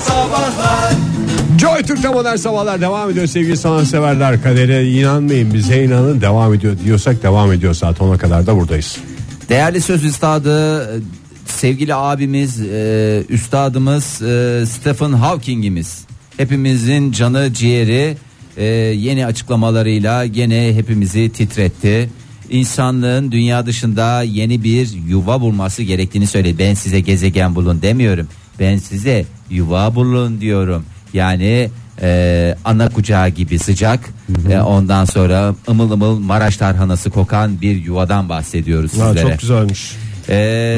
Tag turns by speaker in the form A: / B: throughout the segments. A: Sabahlar
B: Joy Türk'te modern sabahlar devam ediyor sevgili sanatseverler. Kadere inanmayın bize inanın devam ediyor diyorsak devam ediyor saat 10'a kadar da buradayız.
C: Değerli söz üstadı e, sevgili abimiz e, üstadımız e, Stephen Hawking'imiz hepimizin canı ciğeri e, yeni açıklamalarıyla gene hepimizi titretti. İnsanlığın dünya dışında yeni bir yuva bulması gerektiğini söyledi. Ben size gezegen bulun demiyorum. Ben size yuva bulun diyorum. Yani e, ana kucağı gibi sıcak. E, ondan sonra ımıl ımıl Maraş tarhanası kokan bir yuvadan bahsediyoruz
D: Ha,
C: sizlere.
D: çok güzelmiş.
C: Ee,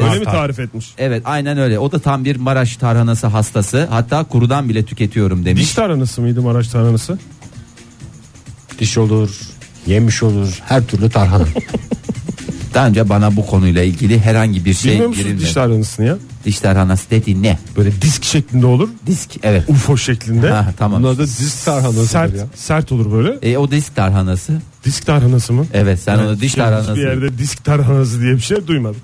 D: Öyle mi tarif etmiş?
C: evet aynen öyle. O da tam bir Maraş tarhanası hastası. Hatta kurudan bile tüketiyorum demiş.
D: Diş taranası mıydı Maraş taranası?
B: Diş olur, yemiş olur, her türlü tarhana.
C: Daha önce bana bu konuyla ilgili herhangi bir şey
D: Bilmiyor musunuz
C: girilmedi.
D: diş taranasını ya?
C: Diş tarhanası dedi ne?
D: Böyle disk şeklinde olur.
C: Disk evet.
D: UFO şeklinde.
C: Ha, tamam.
B: Bunlar da diz tarhanasıdır
D: sert,
B: ya.
D: sert olur böyle.
C: E, o disk tarhanası.
D: Disk tarhanası mı?
C: Evet sen onu diş
D: Hiçbir
C: tarhanası.
D: şey yerde disk tarhanası diye bir şey duymadım.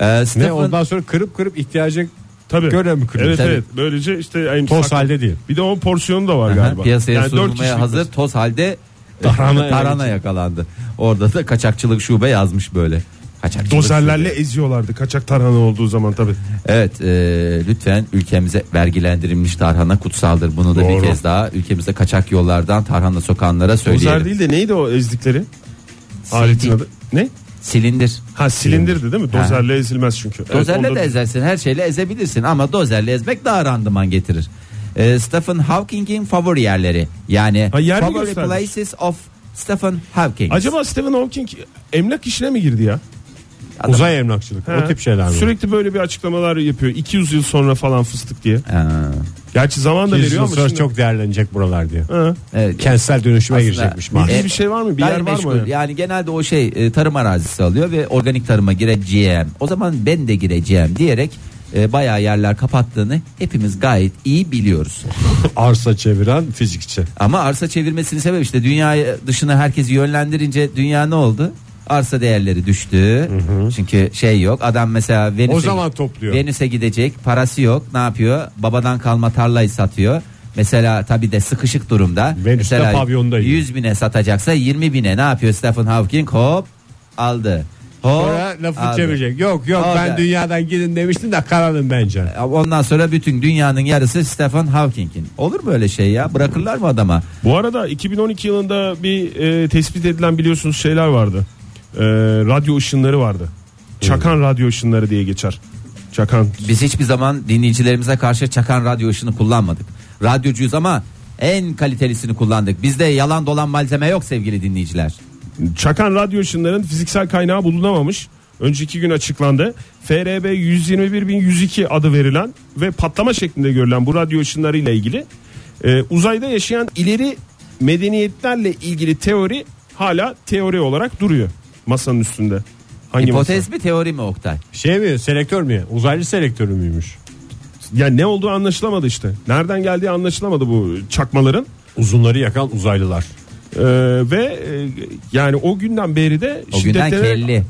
C: Ee,
B: Ne
C: Stephen-
B: ondan sonra kırıp kırıp ihtiyaca
D: Tabii.
B: Göre mi kırıyor?
D: Evet
C: Tabii.
D: evet. Böylece işte yani
B: toz
D: saklı-
B: halde değil.
D: Bir de onun porsiyonu da var
C: Aha,
D: galiba.
C: Piyasaya
D: Yani dört
C: sunulmaya
D: kişilik
C: hazır toz halde
D: Tarhana-
C: tarhana, yakalandı. Orada da kaçakçılık şube yazmış böyle. Kaçakçılık
D: Dozerlerle
C: şube.
D: eziyorlardı kaçak tarhana olduğu zaman tabii.
C: Evet e, lütfen ülkemize vergilendirilmiş tarhana kutsaldır. Bunu da
D: Doğru.
C: bir kez daha ülkemizde kaçak yollardan tarhana sokanlara
D: Dozer
C: söyleyelim.
D: değil de neydi o ezdikleri?
C: Sildi-
D: Aletin adı. Ne?
C: Silindir.
D: Ha silindirdi değil mi? Dozerle ezilmez çünkü. Evet,
C: Dozerle
D: onda-
C: de ezersin her şeyle ezebilirsin ama dozerle ezmek daha randıman getirir. E, Stephen Hawking'in favori yerleri yani
D: Ha, yer mi
C: favori
D: göstermiş?
C: places of Stephen Hawking.
D: Acaba Stephen Hawking emlak işine mi girdi ya?
C: Adam-
B: Uzay emlakçılık
D: Ha.
B: o tip şeyler mi?
D: Sürekli böyle bir açıklamalar yapıyor. 200 yıl sonra falan fıstık diye.
C: Ha,
D: Gerçi zaman da
B: Yüz yıl
D: veriyor ama
B: sonra
D: şimdi.
B: çok değerlenecek buralar diye.
D: Ha.
C: evet.
B: Kentsel dönüşüme
C: Aslında-
B: girecekmiş
D: Bildiğiniz
B: maalesef.
D: bir şey var mı? Bir
C: Gayri
D: yer var
C: meşgul.
D: mı?
C: Yani genelde o şey e, tarım arazisi alıyor ve organik tarıma gireceğim. O zaman ben de gireceğim diyerek e, bayağı yerler kapattığını hepimiz gayet iyi biliyoruz.
B: Arsa çeviren fizikçi.
C: Ama arsa çevirmesinin sebebi işte dünya dışına herkesi yönlendirince dünya ne oldu? Arsa değerleri düştü. Çünkü şey yok. Adam mesela Venüs'e
B: O zaman topluyor.
C: Venüs'e gidecek, parası yok. Ne yapıyor? Babadan kalma tarlayı satıyor. Mesela tabi de sıkışık durumda.
B: Venüs'te
C: Mesela
B: pavyonda yiyor.
C: 100 bine satacaksa 20 bine ne yapıyor Stephen Hawking? Hop aldı. Hop
B: Sonra lafı
C: aldı.
B: çevirecek. Yok yok
C: Orada.
B: ben dünyadan gidin demiştim de kararın bence.
C: Ondan sonra bütün dünyanın yarısı Stephen Hawking'in. Olur mu öyle şey ya? Bırakırlar mı adama?
D: Bu arada 2012 yılında bir e, tespit edilen biliyorsunuz şeyler vardı. E, radyo ışınları vardı.
B: Hmm.
D: Çakan radyo ışınları diye geçer. Çakan.
C: Biz hiçbir zaman dinleyicilerimize karşı çakan radyo ışını kullanmadık. Radyocuyuz ama en kalitelisini kullandık. Bizde yalan dolan malzeme yok sevgili dinleyiciler.
D: Çakan radyo ışınlarının fiziksel kaynağı bulunamamış. Önceki gün açıklandı. FRB 121102 adı verilen ve patlama şeklinde görülen bu radyo ışınları ile ilgili e, uzayda yaşayan ileri medeniyetlerle ilgili teori hala teori olarak duruyor masanın üstünde. Hangi masa?
C: Hipotez mi teori mi Oktay?
B: Şey mi selektör mü? Uzaylı selektörü müymüş?
D: Yani ne olduğu anlaşılamadı işte. Nereden geldiği anlaşılamadı bu çakmaların.
B: Uzunları yakan uzaylılar.
D: Ee, ve e, yani o günden beri de
C: O günden kelli.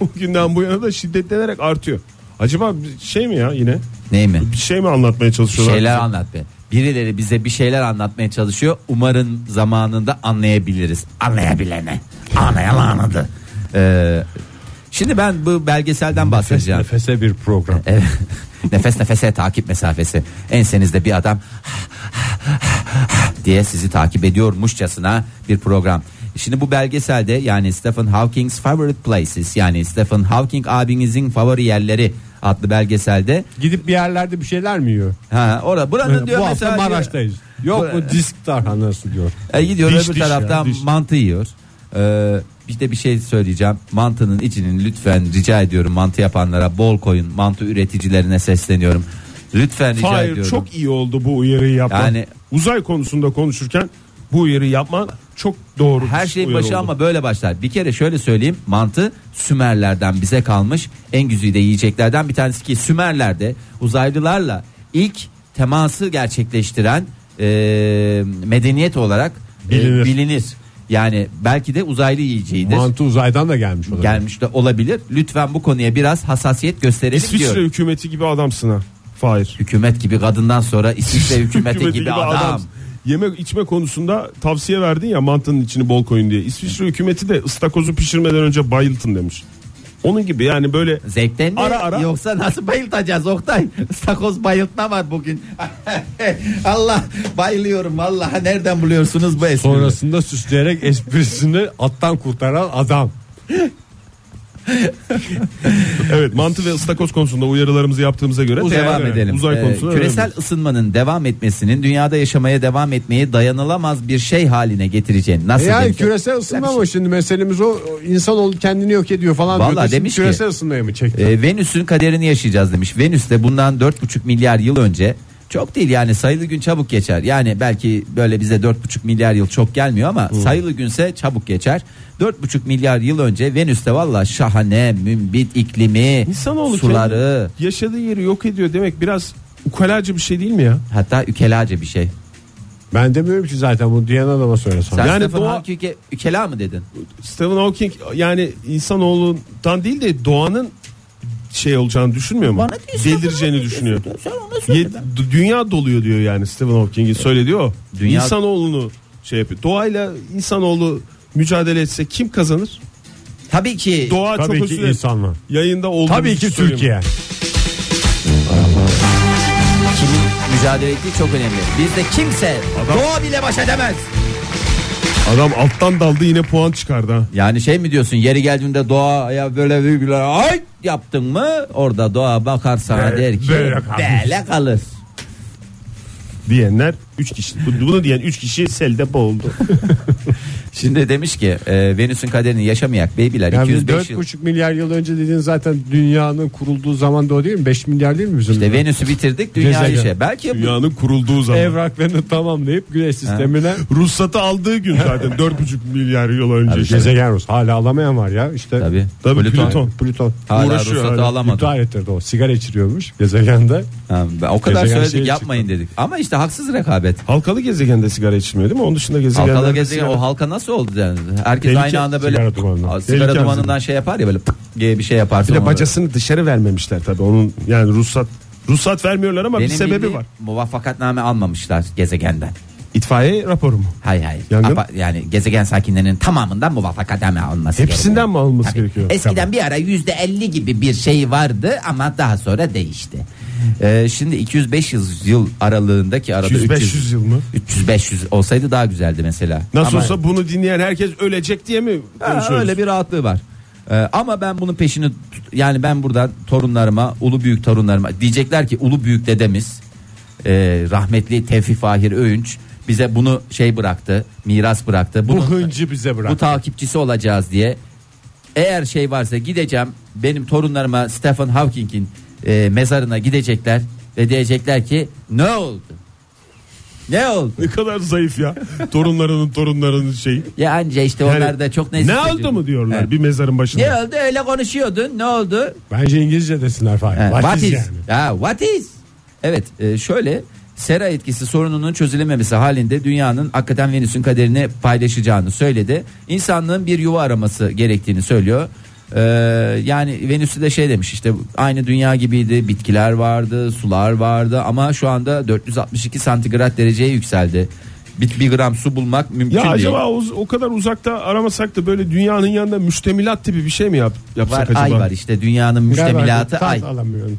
D: o günden bu yana da şiddetlenerek artıyor. Acaba bir şey mi ya yine?
C: Ney mi?
D: Bir şey mi anlatmaya
C: Bir
D: çalışıyorlar?
C: şeyler
D: bize?
C: anlat be. Birileri bize bir şeyler anlatmaya çalışıyor. Umarım zamanında anlayabiliriz. Anlayabilene. Anlayan anladı. Ee, şimdi ben bu belgeselden bahsedeceğim.
B: Nefese bir program.
C: Evet. Nefes nefese takip mesafesi. Ensenizde bir adam diye sizi takip ediyormuşçasına bir program. Şimdi bu belgeselde yani Stephen Hawking's Favorite Places yani Stephen Hawking abinizin favori yerleri adlı belgeselde
B: Gidip bir yerlerde bir şeyler mi yiyor?
C: ha orada buranın diyor
B: bu hafta
C: mesela
B: Maraş'tayız. Yok mu disk tarhanası diyor.
C: E, gidiyor
D: Diş,
C: öbür
D: diş
C: taraftan
D: ya, diş.
C: mantı yiyor. Ee, bir de bir şey söyleyeceğim. Mantının içinin lütfen rica ediyorum mantı yapanlara bol koyun. Mantı üreticilerine sesleniyorum. Lütfen rica
D: Hayır
C: ediyorum.
D: çok iyi oldu bu uyarıyı yapman.
C: Yani-
D: Uzay konusunda konuşurken bu uyarıyı yapman çok doğru.
C: Her şeyin
D: uyarı
C: başı
D: oldu.
C: ama böyle başlar. Bir kere şöyle söyleyeyim. Mantı Sümerlerden bize kalmış en güzide yiyeceklerden bir tanesi ki Sümerler'de uzaylılarla ilk teması gerçekleştiren e, medeniyet olarak e,
B: Bilinir.
C: bilinir. Yani belki de uzaylı yiyeceğidir.
B: Mantı uzaydan da gelmiş olabilir.
C: gelmiş de olabilir. Lütfen bu konuya biraz hassasiyet gösterelim
D: İsviçre
C: diyor.
D: hükümeti gibi adamsın ha. Fahir.
C: Hükümet gibi kadından sonra İsviçre hükümeti gibi, adam.
D: Yemek içme konusunda tavsiye verdin ya mantının içini bol koyun diye. İsviçre hükümeti de ıstakozu pişirmeden önce bayıltın demiş. Onun gibi yani böyle
C: Zevkten mi?
D: Ara ara.
C: Yoksa nasıl bayıltacağız Oktay? Stakoz bayıltma var bugün. Allah bayılıyorum Allah. Nereden buluyorsunuz bu espriyi?
B: Sonrasında süsleyerek esprisini attan kurtaran adam.
D: evet mantı ve ıstakoz konusunda uyarılarımızı yaptığımıza göre
C: Bu
D: değer
C: devam
D: veren
C: edelim.
D: Uzay
C: Ee,
D: konusunda
C: küresel
D: önemli.
C: ısınmanın devam etmesinin dünyada yaşamaya devam etmeyi dayanılamaz bir şey haline getireceğini nasıl
B: E Yani
C: demiş?
B: küresel ısınma ama şimdi meselemiz o o insan ol kendini yok ediyor falan.
C: Vallahi
B: diyor da şimdi
C: demiş ki-
B: Küresel ısınmaya mı çekti?
C: Ee, Venüs'ün kaderini yaşayacağız demiş. Venüs de bundan 4,5 milyar yıl önce çok değil yani sayılı gün çabuk geçer. Yani belki böyle bize 4,5 milyar yıl çok gelmiyor ama sayılı günse çabuk geçer. 4,5 milyar yıl önce Venüs'te valla şahane, mümbit iklimi,
D: İnsanoğlu
C: suları
D: kendi yaşadığı yeri yok ediyor demek biraz ukalacı bir şey değil mi ya?
C: hatta ükelace bir şey.
B: Ben demiyorum ki zaten bunu diyen adama söylesem.
C: Sen
D: Yani
C: Stephen
D: doğa-
C: Hawking üke- ükela mı dedin?
D: Stephen Hawking yani insanoğlundan değil de doğanın şey olacağını düşünmüyor mu?
C: Bana değil,
D: Delireceğini düşünüyor.
C: Sen ona
D: Ye- d- dünya doluyor diyor yani Stephen Hawking'in söylediği o.
C: Dünya-
D: İnsanoğlunu şey yapıyor. Doğayla insanoğlu mücadele etse kim kazanır?
C: Tabii ki
D: Doğa
B: Tabii
D: çok
B: ki
D: özür-
B: insanlar.
D: Yayında olduğumuz
B: Tabii ki
D: söyleyeyim.
B: Türkiye.
C: kimin mücadele ettiği çok önemli. Bizde kimse doğa bile baş edemez.
D: Adam alttan daldı yine puan çıkardı ha.
C: Yani şey mi diyorsun yeri geldiğinde doğaya böyle bir bir- ay yaptın mı orada doğa bakar sana der ki
B: böyle kalmış.
C: böyle kalır.
D: diyenler 3 kişi. Bu- Bunu diyen 3 kişi selde boğuldu.
C: Şimdi demiş ki e, Venüs'ün kaderini yaşamayak beybiler
B: Yani
C: 205 yıl.
B: 4,5 milyar yıl önce dediğin zaten dünyanın kurulduğu zaman da o değil mi? 5 milyar değil mi bizim?
C: İşte Venüs'ü bitirdik dünyayı
B: Gezegen.
C: şey. Belki bu,
D: Dünyanın kurulduğu zaman.
B: evraklarını tamamlayıp güneş sistemine
D: Ruhsatı aldığı gün zaten 4,5 milyar yıl önce.
C: Tabii,
D: işte.
B: gezegen Rus. Hala alamayan var ya işte.
C: Tabii.
D: Tabii,
C: Plüton
D: Plüton.
B: Plüton.
C: hala
D: Uğraşıyor
C: ruhsatı
D: hala.
C: alamadı.
B: İptal ettirdi o. Sigara içiriyormuş gezegende.
C: Ha, ben o kadar
B: Gezegen
C: söyledik
B: şeye
C: yapmayın dedik. Ama işte haksız rekabet.
D: Halkalı gezegende sigara içilmiyor değil mi? Onun dışında gezegende.
C: Halkalı gezegen Oh, o halka nasıl oldu yani? Herkes
D: Tehlike-
C: aynı anda böyle
B: sigara dumanından.
C: Aa, sigara
D: Tehlike
C: dumanından şey yapar ya böyle pık diye bir şey yaparsın.
D: Bir de
C: ona.
D: bacasını dışarı vermemişler tabii. Onun yani ruhsat ruhsat vermiyorlar ama bir
C: Benim
D: sebebi
C: bildiğim
D: var.
C: Muvaffakatname almamışlar gezegenden.
D: İtfaiye raporu mu?
C: Hayır hayır.
D: Yangın?
C: Apa- yani gezegen sakinlerinin tamamından muvaffakatname alınması
D: Hepsinden
C: gerekiyor.
D: mi alınması
C: Tabii.
D: gerekiyor?
C: Eskiden bir ara yüzde elli gibi bir şey vardı ama daha sonra değişti. Ee, şimdi 205 yıl, yıl aralığındaki arada
D: 200-500
C: 300
D: yıl mı?
C: 300-500 olsaydı daha güzeldi mesela.
D: Nasıl
C: Ama-
D: olsa şey bunu dinleyen herkes ölecek diye mi
C: Ha,
D: konuşuyoruz?
C: öyle bir rahatlığı var. Ee, ama ben bunun peşini tut- yani ben buradan torunlarıma, ulu büyük torunlarıma diyecekler ki ulu büyük dedemiz e, rahmetli Tevfik Fahir Öğünç bize bunu şey bıraktı, miras bıraktı.
B: Bu
C: Bunun-
B: hıncı bize
C: bu
B: bırak.
C: takipçisi olacağız diye. Eğer şey varsa gideceğim benim torunlarıma Stephen Hawking'in e, mezarına gidecekler ve diyecekler ki ne oldu? Ne oldu?
D: Ne kadar zayıf ya. Torunlarının torunlarının şeyi.
C: Ya anca işte
D: Yani
C: onlar da çok nezih
D: Ne
C: çocuğum.
D: oldu mu diyorlar
C: Evet.
D: bir mezarın başında.
C: Ne oldu öyle konuşuyordun ne oldu?
B: Bence İngilizce desinler falan.
C: Ha,
B: What, is, yani?
C: Ha, what is? Evet e, şöyle sera etkisi sorununun çözülememesi halinde dünyanın hakikaten Venüs'ün kaderini paylaşacağını söyledi. İnsanlığın bir yuva araması gerektiğini söylüyor. Ee, yani Venüs'ü de şey demiş işte aynı dünya gibiydi bitkiler vardı sular vardı ama şu anda 462 santigrat dereceye yükseldi. Bir, bir gram su bulmak mümkün
D: Ya
C: değil.
D: acaba o, o kadar uzakta aramasak da böyle dünyanın yanında müştemilat tipi bir şey mi yap, yapsak
C: var,
D: acaba?
C: ay var işte dünyanın
B: Galiba
C: müştemilatı
B: tat
C: ay.
B: alamıyorum.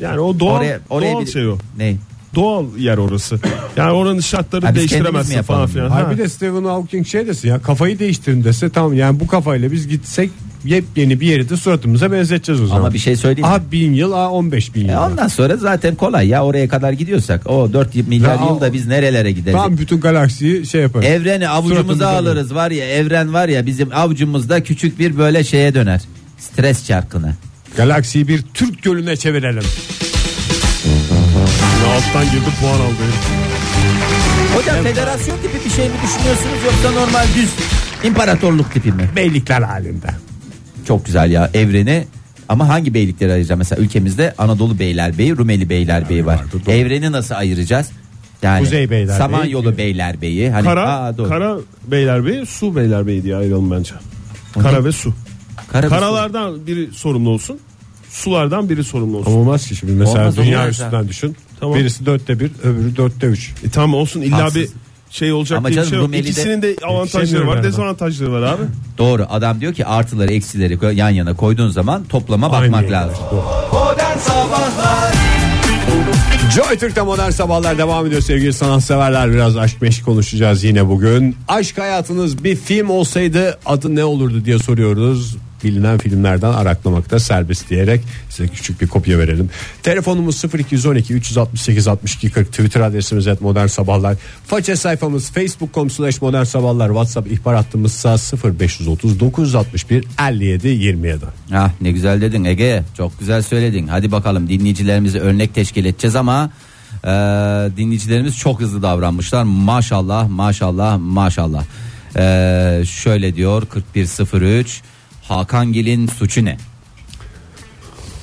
D: Yani o doğal, doğal
C: bir-
D: şey o.
C: Ne?
D: Doğal yer orası. Yani oranın şartları
C: Ha, biz kendimiz
D: değiştiremezsin
C: mi
D: falan
C: yapalım?
D: filan.
B: Hayır
D: Ha.
B: bir de Stephen Hawking şey desin ya kafayı değiştirin dese tamam yani bu kafayla biz gitsek yepyeni bir yeri de suratımıza benzeteceğiz o zaman.
C: Ama bir şey söyleyeyim mi?
B: A bin yıl A 15 bin yıl.
C: E ondan sonra zaten kolay ya oraya kadar gidiyorsak. O 4 milyar
B: Ya,
C: yılda biz nerelere gideriz?
B: Tam bütün galaksiyi şey yaparız.
C: Evreni avucumuza
B: Suratımıza
C: alırız var ya evren var ya bizim avucumuzda küçük bir böyle şeye döner. Stres çarkına.
B: Galaksiyi bir Türk gölüne çevirelim.
D: Ya alttan girdi puan aldı.
C: Hani-
D: herif.
C: Hocam federasyon tipi bir şey mi düşünüyorsunuz yoksa normal düz imparatorluk tipi mi?
B: Beylikler halinde.
C: Çok güzel ya evreni ama hangi beylikleri ayıracağım? Mesela ülkemizde Anadolu Beylerbeyi, Rumeli Beylerbeyi var.
B: vardı, doğru.
C: evreni nasıl ayıracağız? Yani
B: Kuzey Beylerbeyi,
C: Samanyolu Beylerbeyi. Hani,
D: Kara,
C: Aa, doğru.
D: kara beylerbeyi, su beylerbeyi diye ayıralım bence.
C: O
D: Kara
C: ne?
D: ve su.
C: Kara-
D: Karalardan biri sorumlu olsun. sulardan biri sorumlu olsun.
B: Ama olmaz ki şimdi mesela
C: Olmaz,
B: dünya
C: olmaz
B: üstünden
C: zaten.
B: düşün.
D: Tamam.
B: Birisi dörtte bir öbürü dörtte üç.
D: E tamam olsun illa
C: Haksız.
D: bir şey olacak
C: Ama
D: diye bir
C: canım
D: şey yok.
C: Rumeli'de-
D: İkisinin de avantajları
B: Yetişemiyorum
D: var
B: ben.
D: dezavantajları var abi.
C: Doğru adam diyor ki artıları eksileri ko- yan yana koyduğun zaman toplama
B: Aynı
C: bakmak
B: yerde.
C: lazım.
B: Doğru. Joy Türk'te modern sabahlar devam ediyor sevgili sanatseverler. Biraz aşk meşk konuşacağız yine bugün. Aşk hayatınız bir film olsaydı adı ne olurdu diye soruyoruz. Bilinen filmlerden araklamakta serbest diyerek size küçük bir kopya verelim. Telefonumuz 0212 368 62 40 Twitter adresimiz et modern sabahlar. Faça sayfamız facebook.com slash modern sabahlar. Whatsapp ihbar hattımız 0530 961 57 27.
C: Ah ne güzel dedin Ege çok güzel söyledin. Hadi bakalım dinleyicilerimize örnek teşkil edeceğiz ama e, dinleyicilerimiz çok hızlı davranmışlar. Maşallah maşallah maşallah. E, şöyle diyor 4103 Hakan Gil'in suçu ne?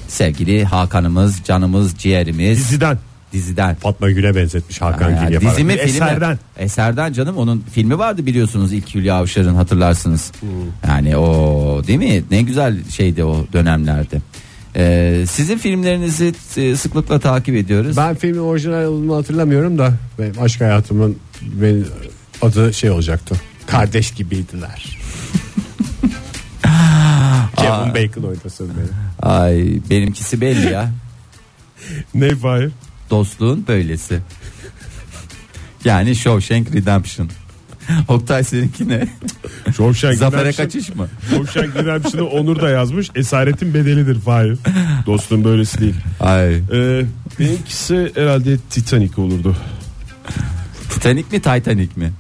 C: Sevgili Hakan'ımız canımız ciğerimiz
D: Diziden.
C: diziden.
B: Fatma Gül'e benzetmiş Hakan
C: Ya,
B: Gül yaparak.
C: dizi mi
D: Bir
C: film mi?
D: eserden.
C: Eserden canım onun filmi vardı biliyorsunuz ilk Hülya Avşar'ın hatırlarsınız.
D: Hmm.
C: Yani o değil mi? Ne güzel şeydi o dönemlerde. Ee, sizin filmlerinizi e, sıklıkla takip ediyoruz.
B: Ben filmin orijinalini hatırlamıyorum da benim aşk hayatımın benim adı şey olacaktı. Kardeş gibiydiler. Kevin Bacon oynasın beni.
C: Ay benimkisi belli ya.
D: Ne Fahir?
C: Dostluğun böylesi. yani Shawshank Redemption. Oktay seninki ne?
D: Shawshank
C: Zafere
D: Redemption-
C: kaçış mı?
D: Shawshank Redemption'ı Onur da yazmış. Esaretin bedelidir Fahir. Dostum böylesi değil.
C: Ay.
D: Ee, benimkisi herhalde Titanic olurdu.
C: Titanic mi Titanic mi?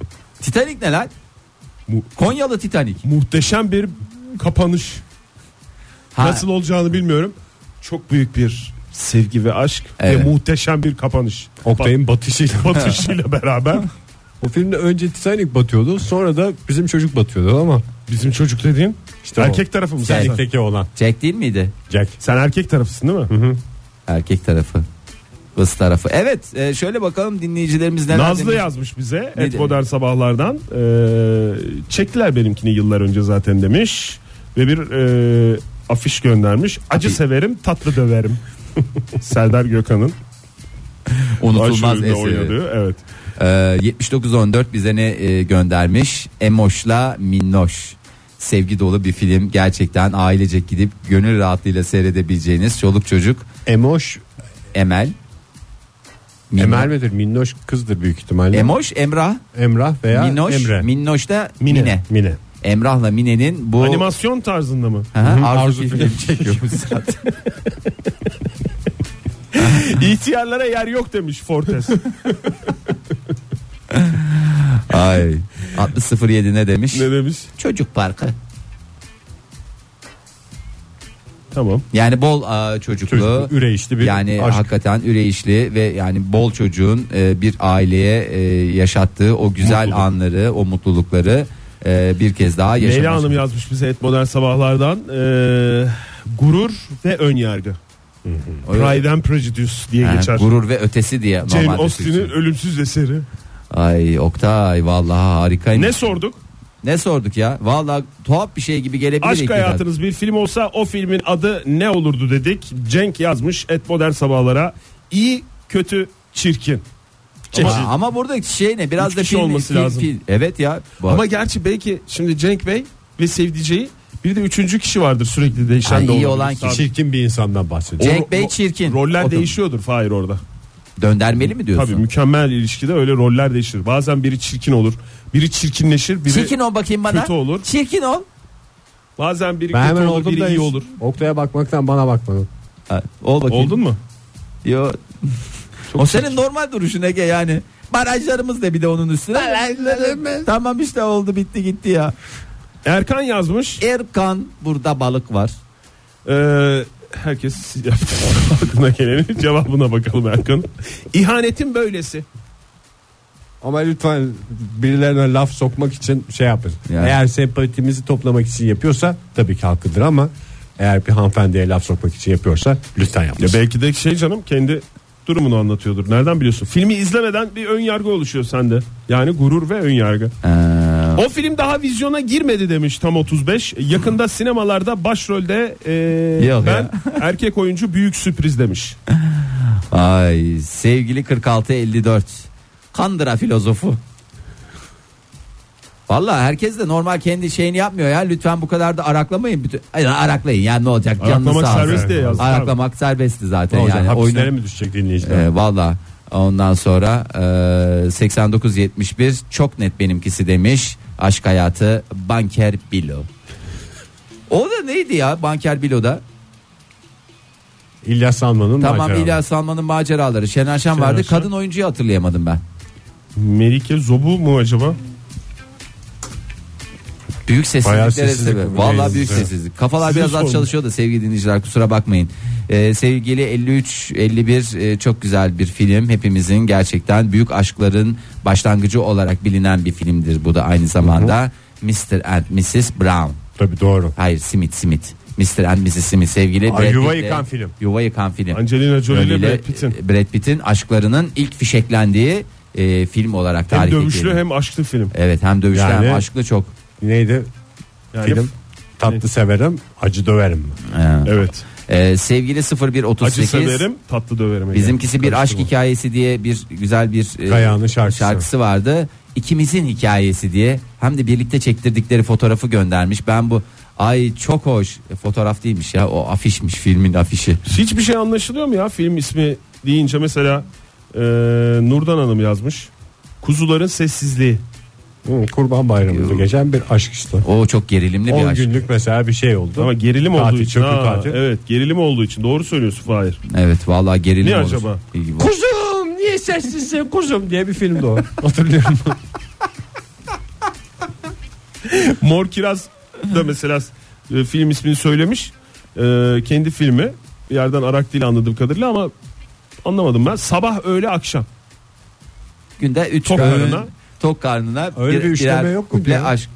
C: Titanic ne lan?
D: Mu-
C: Konyalı Titanic.
D: Muhteşem bir kapanış.
C: Ha,
D: Nasıl olacağını bilmiyorum. Çok büyük bir sevgi ve aşk
C: Evet.
D: ve muhteşem bir kapanış.
B: Oktay'ın batışıyla.
D: Bat- batışıyla beraber
B: o filmde önce Titanic batıyordu sonra da bizim çocuk batıyordu ama.
D: bizim çocuk dediğin
B: İşte
D: erkek tarafı mı? Sen,
C: Sen-
B: Erkekteki olan.
C: Jack değil miydi?
B: Jack.
D: sen erkek tarafısın değil mi?
C: Erkek tarafı. Kız tarafı. Evet e, şöyle bakalım dinleyicilerimiz neler
D: Nazlı
C: demiş.
D: yazmış bize
C: Ne
D: et
C: dedi?
D: modern sabahlardan Ee, çektiler benimkini yıllar önce zaten demiş ve bir e, afiş göndermiş acı
C: Abi-
D: severim tatlı döverim Serdar Gökhan'ın
C: Unutulmaz
D: başrolünde
C: eseri.
D: oynadığı evet
C: E, 7914 bize ne e, göndermiş? Emoş'la Minnoş. Sevgi dolu bir film. Gerçekten ailecek gidip gönül rahatlığıyla seyredebileceğiniz çoluk çocuk
B: Emoş.
C: Emel. Minno-
B: Emel midir? Minnoş kızdır büyük ihtimalle.
C: Emoş, Emrah,
B: Emrah veya
C: Minnoş,
B: Emre.
C: Minnoş da Mine.
B: Mine. Mine.
C: Emrah'la Mine'nin bu
D: animasyon tarzında mı
C: Hı hı,
B: Hı,
C: Arzu,
B: Arzu
C: filmi çekiyoruz zaten.
D: ihtiyarlara yer yok demiş Fortes
C: Ay. 6007 ne demiş?
D: ne demiş
C: Çocuk parkı.
D: tamam
C: Yani bol aa, çocuklu.
B: Çocuk, üreyişli bir
C: yani
B: aşk.
C: hakikaten üreyişli ve yani bol çocuğun e, bir aileye e, yaşattığı o güzel
D: Mutluluk.
C: anları, o mutlulukları e, bir kez daha yaşamak.
D: Leyla Hanım yazmış bize et modern sabahlardan Ee, gurur ve ön yargı
C: Öyle.
D: Pride and Prejudice diye
C: Ha,
D: geçer
C: Gurur ve ötesi diye.
D: Jane
C: normalde
D: Austen'in
C: Türkçe.
D: ölümsüz eseri
C: Ay Oktay vallahi harikaymış.
D: ne
C: Ne,
D: sorduk
C: sorduk ya? Vallahi tuhaf bir şey gibi gelebilir.
D: Aşk
C: iktidarda.
D: hayatınız bir film olsa o filmin adı ne olurdu dedik. Cenk yazmış et modern sabahlara. İyi, kötü, çirkin.
C: Ama,
D: Ama,
C: ama burada şey ne? Biraz
D: Üç
C: da
D: kişi
C: film,
D: olması
C: film-
D: lazım.
C: film- Evet ya. Bu-
D: ama gerçi belki şimdi Cenk Bey ve sevdiceği bir de üçüncü kişi vardır sürekli
C: Ha,
D: değişen de
C: iyi
D: olabilir.
C: olan kişi.
D: Tabii.
B: Çirkin bir insandan bahsediyor.
C: Cenk
D: O-
C: Bey
D: o-
C: çirkin.
D: Roller
C: O-
D: değişiyordur Fahir orada.
C: Döndermeli mi diyorsun?
D: Tabii mükemmel ilişkide öyle roller değişir. Bazen biri çirkin olur. Biri çirkinleşir. Biri
C: Çirkin ol bakayım bana.
D: kötü olur.
C: Çirkin ol.
D: Bazen biri
B: Ben
D: kötü
B: hemen
D: olur,
B: oldum da
D: biri iyi
B: hiç
D: olur.
B: Oktay'a bakmaktan bana bakmadın.
C: Ha, ol bakayım.
D: Oldun mu?
C: Yo. o senin normal duruşun Ege yani. Barajlarımız da bir de onun üstüne. Barajlarımız. Tamam işte oldu bitti gitti ya.
D: Erkan yazmış.
C: E- Erkan burada balık var.
D: Ee, herkes yaptı. aklına gelenin cevabına bakalım Erkan. İhanetin böylesi.
B: Ama lütfen birilerine laf sokmak için şey yapın.
C: Yani.
B: Eğer sempatimizi toplamak için yapıyorsa tabii ki haklıdır ama eğer bir hanımefendiye laf sokmak için yapıyorsa lütfen
D: Ya
B: yapmasın.
D: belki de şey canım kendi durumunu anlatıyordur. Nereden biliyorsun? Filmi izlemeden bir ön yargı oluşuyor sende. Yani gurur ve ön yargı.
C: Ee,
D: O film daha vizyona girmedi demiş tam 35. Yakında sinemalarda başrolde e,
C: Yok
D: ben
C: ya. E,
D: erkek oyuncu büyük sürpriz demiş.
C: Ay sevgili 4654. Kandıra filozofu. Valla herkes de normal kendi şeyini yapmıyor ya. Lütfen bu kadar da araklamayın. Bütün, Ay, araklayın yani ne olacak? Canınız
D: Araklamak
C: sağ olsun.
D: serbest diye yazdı.
C: Araklamak serbestti zaten.
B: Ne olacak?
C: yani
B: Hapislere
C: oyunun-
B: mi düşecek dinleyiciler?
C: Ee, Valla ondan sonra e, 89-71 çok net benimkisi demiş. Aşk hayatı Banker Bilo. O da neydi ya Banker Bilo'da?
B: İlyas Salman'ın
C: Tamam
B: maceraları.
C: İlyas Salman'ın maceraları. Şener Şen vardı.
D: Şen.
C: Kadın oyuncuyu hatırlayamadım ben.
D: Melike Zobu mu acaba?
C: Büyük
B: Bayağı
C: sessizliklere
B: sessizlik
C: sebep.
B: bu
C: Valla
B: yayınımızda.
C: büyük sessizlik. Kafalar
D: Sizin
C: biraz az
D: sorunuz.
C: çalışıyor da sevgili dinleyiciler kusura bakmayın. Ee, sevgili 53 51 e, çok güzel bir film. Hepimizin gerçekten büyük aşkların başlangıcı olarak bilinen bir filmdir bu da aynı zamanda. Mr. and Mrs. Brown.
B: Tabii doğru.
C: Hayır Smith Smith. Mr. and Mrs. Smith sevgili
B: Aa,
C: Brad
B: yuva
C: Pitt'le-
B: yıkan film.
C: Yuva yıkan film.
D: Angelina Jolie ile Brad Pitt'in.
C: e, Brad Pitt'in aşklarının ilk fişeklendiği e, film E, olarak
D: Hem
C: tarihe
D: dövüşlü
C: geçiyor.
D: hem aşklı film.
C: Evet hem dövüşlü
B: Yani-
C: hem aşklı çok.
B: Neydi?
D: Yani
B: Film tatlı severim, acı döverim. mi?
C: Ee,
D: Evet.
C: Ee, sevgili
D: Acı
C: 0138
D: severim, tatlı döverim.
C: bizimkisi
D: Yani.
C: bir aşk
D: Karıştırma.
C: hikayesi diye bir güzel bir e,
B: Kayağının şarkısı.
C: vardı. İkimizin hikayesi diye hem de birlikte çektirdikleri fotoğrafı göndermiş. Ben bu ay çok hoş E, fotoğraf değilmiş ya o afişmiş filmin afişi.
D: Hiçbir şey anlaşılıyor mu ya film ismi deyince mesela e, Nurdan Hanım yazmış. Kuzuların sessizliği.
B: Hı, Kurban Bayramı'nda geçen bir aşk işte.
C: O çok gerilimli bir
B: 10
C: aşk.
B: günlük mesela bir şey oldu.
D: Ama gerilim
B: Tatil,
D: olduğu için.
B: çöpü
D: ha,
B: tatil.
D: evet, gerilim olduğu için. Doğru söylüyorsun Fahir.
C: Evet vallahi gerilim
D: Ne
C: olur.
D: acaba?
C: İyi, bu-
B: Kuzum niye sessizsin kuzum diye bir filmdi o. Hatırlıyorum.
D: Mor Kiraz da mesela e, film ismini söylemiş. E, kendi filmi. Bir yerden Arak değil anladığım kadarıyla ama anlamadım ben. Sabah, öğle, akşam.
C: Günde 3
D: Tok karnına.
C: Tok karnına
B: Öyle bir üçleme
C: birer
B: yok mu
C: kuple
B: ya?
C: aşk.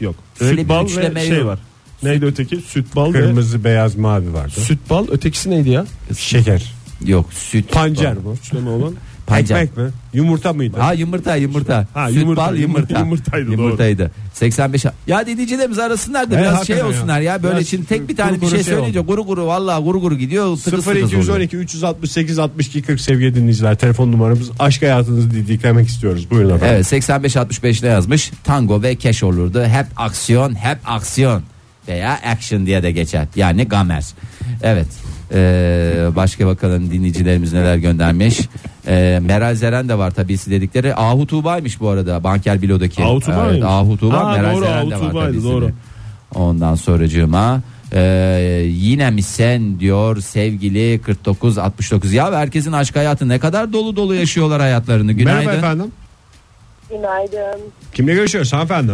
D: Yok.
C: Öyle bir
D: süt bal
C: üçleme
D: ve şey
C: yok.
D: var. Neydi öteki? Süt bal ve
B: Kırmızı, beyaz, mavi vardı. Şey,
D: süt bal. Ötekisi neydi ya?
B: Şeker.
C: Yok süt.
B: Pancar bu.
D: Üçleme olan.
C: Pancar.
B: Ekmek mi? Yumurta mıydı?
C: Ha yumurta yumurta.
D: Ha,
C: Süt
D: yumurta,
C: bal yumurta.
D: yumurta, yumurtaydı, doğru.
C: Yumurtaydı. 85. Ya dinleyicilerimiz arasınlar da
B: He,
C: biraz şey
B: hakikaten ya.
C: olsunlar ya. Böyle
B: Biraz
C: şimdi tek bir
B: kuru
C: tane bir
B: kuru
C: şey
B: şey
C: söyleyince guru guru vallahi guru guru gidiyor. Sıkı sıkı
B: 0212 368 62 40 sevgili dinleyiciler telefon numaramız aşk hayatınızı didiklemek istiyoruz buyurun efendim.
C: Evet 85 65 ne yazmış? Tango ve keş olurdu. Hep aksiyon, hep aksiyon veya action diye de geçer. Yani gamer. Evet. Ee, başka bakalım dinleyicilerimiz neler göndermiş. Ee, Meral Zeren de var tabii dedikleri. Ahu Tuğba'ymış bu arada. Banker Bilo'daki.
D: Ahu Tuğba'ymış.
C: Evet, Ahu Tuğba.
D: Aa,
C: Meral
D: doğru,
C: Zeren
D: Ahu
C: de var
D: Tuğba'ydı,
C: tabisi de.
D: doğru.
C: Ondan sonracığıma e, yine mi sen diyor sevgili 49 69 ya herkesin aşk hayatı ne kadar dolu dolu yaşıyorlar hayatlarını günaydın.
B: Merhaba efendim.
A: Günaydın.
B: Kimle görüşüyoruz hanımefendi?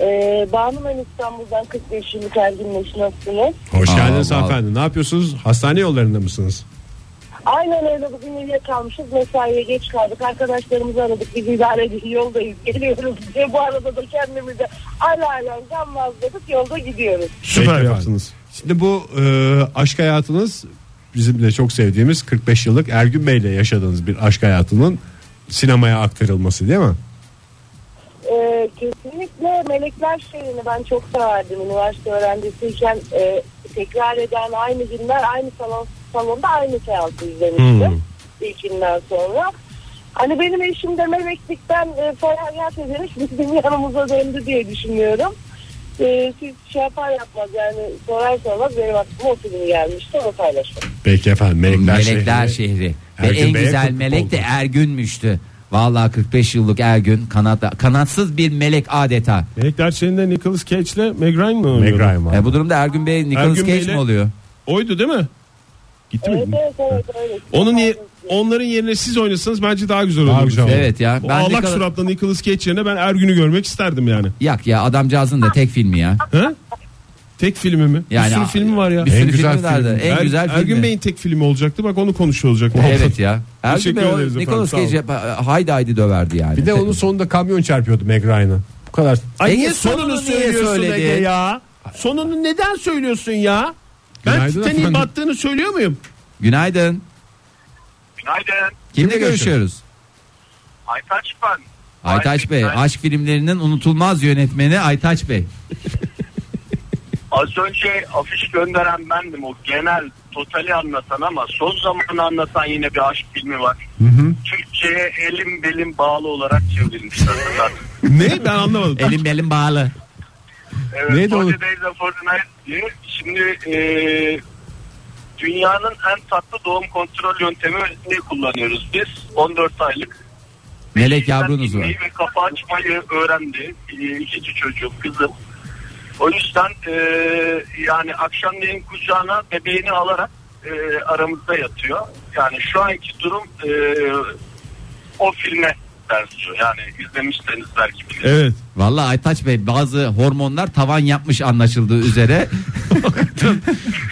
A: Ee, Banu ben İstanbul'dan 45 yıllık erginleş nasılsınız?
B: Hoş
C: Aa,
B: geldiniz
C: vallahi.
B: hanımefendi. Ne yapıyorsunuz? Hastane yollarında mısınız?
A: Aynen öyle bugün uyuyakalmışız. Mesaiye geç kaldık. Arkadaşlarımızı aradık. Biz idare edin yoldayız. Geliyoruz diye. Bu arada da kendimize ala ala zam vazladık. Yolda gidiyoruz.
D: Süper
B: Peki
D: yaptınız.
B: Şimdi bu e, aşk hayatınız bizim de çok sevdiğimiz 45 yıllık Ergün Bey ile yaşadığınız bir aşk hayatının sinemaya aktarılması değil mi?
A: Ee, kesinlikle Melekler Şehri'ni ben çok severdim. Üniversite öğrencisiyken e, tekrar eden aynı günler aynı salon, salonda aynı seansı izlemiştim.
B: Hmm.
A: İlkinden sonra. Hani benim eşim de meleklikten e, feragat ederek bizim yanımıza döndü diye düşünüyorum. E, siz şey yapar yapmaz yani sorar sormaz benim aklıma o film gelmişti onu paylaşmak.
B: Peki efendim Melekler,
C: Melekler
B: Şehri.
C: şehri. Ve
B: Ergün
C: en
B: Bey'e
C: güzel
B: kutlu
C: melek de Ergün'müştü. Vallahi 45 yıllık Ergün kanat kanatsız bir melek adeta.
D: Melekler Şen'de Nicolas Cage ile Meg Ryan mı oynuyordu?
B: Meg Ryan var.
C: E, bu durumda Ergün Bey Nicolas
D: Ergün
C: Cage
D: Bey'le-
C: mi oluyor?
D: Oydu değil mi? Gitti
A: Evet
D: mi?
A: evet evet öyle.
D: Onun ye- onların yerine siz oynasanız bence daha güzel
B: Daha
D: olur.
B: güzel olur.
C: Evet ya.
D: O
C: Ben
D: ağlak
C: Nicolas-
D: suratlı Nicolas Cage yerine ben Ergün'ü görmek isterdim yani.
C: Yak ya adamcağızın da tek filmi ya.
D: Ha? Tek filmi mi?
C: Yani-
D: bir sürü filmi var ya.
C: Bir sürü
B: En güzel
C: filmi vardı.
B: filmi.
C: En
D: Er-
C: güzel filmi.
D: Ergün Bey'in tek filmi olacaktı. Bak onu konuşuyor olacak.
C: Evet ya. Ergün
D: Teşekkür
C: Bey o
D: ederiz efendim,
C: Nicolas
D: sağ olun.
C: Cage yap- haydi haydi döverdi yani.
B: Bir de onun sonunda kamyon çarpıyordu Meg Ryan'ı. Bu kadar.
D: Ay
C: Ege,
D: niye
C: sonunu
D: sonunu
C: niye
D: söylüyorsun
C: söyledin?
D: Ege ya? Sonunu neden söylüyorsun ya? Ben
B: Günaydın
D: Titanic'in
B: efendim.
D: battığını söylüyor muyum?
C: Günaydın.
E: Günaydın.
C: Kimle
B: görüşüyoruz?
C: görüşüyoruz?
E: Aytaç ben.
C: Aytaç Bey
E: Aytaç.
C: aşk filmlerinin unutulmaz yönetmeni Aytaç Bey.
E: Az önce afiş gönderen bendim o genel totali anlatan ama son zamanı anlatan yine bir aşk filmi var. Türkçe'ye elim belim bağlı olarak çevrilmiş sanırlar.
D: Ne ben anlamadım.
B: E,
C: Elim belim bağlı.
E: Evet,
B: Neydi
E: Forty
B: onu?
E: Days of Fortnite diye. Şimdi e, dünyanın en tatlı doğum kontrol yöntemini kullanıyoruz biz. 14 aylık.
C: Melek yavrunuz
E: İnmeyi
C: var.
E: Ve kafa açmayı öğrendi. E, İkinci çocuğum kızım. O yüzden e, yani akşamleyin kucağına bebeğini alarak e, aramızda yatıyor. Yani şu anki durum e, o filme benziyor. Yani izlemişseniz belki bilirsiniz.
D: Evet.
C: Vallahi Aytaç Bey bazı hormonlar tavan yapmış anlaşıldığı üzere.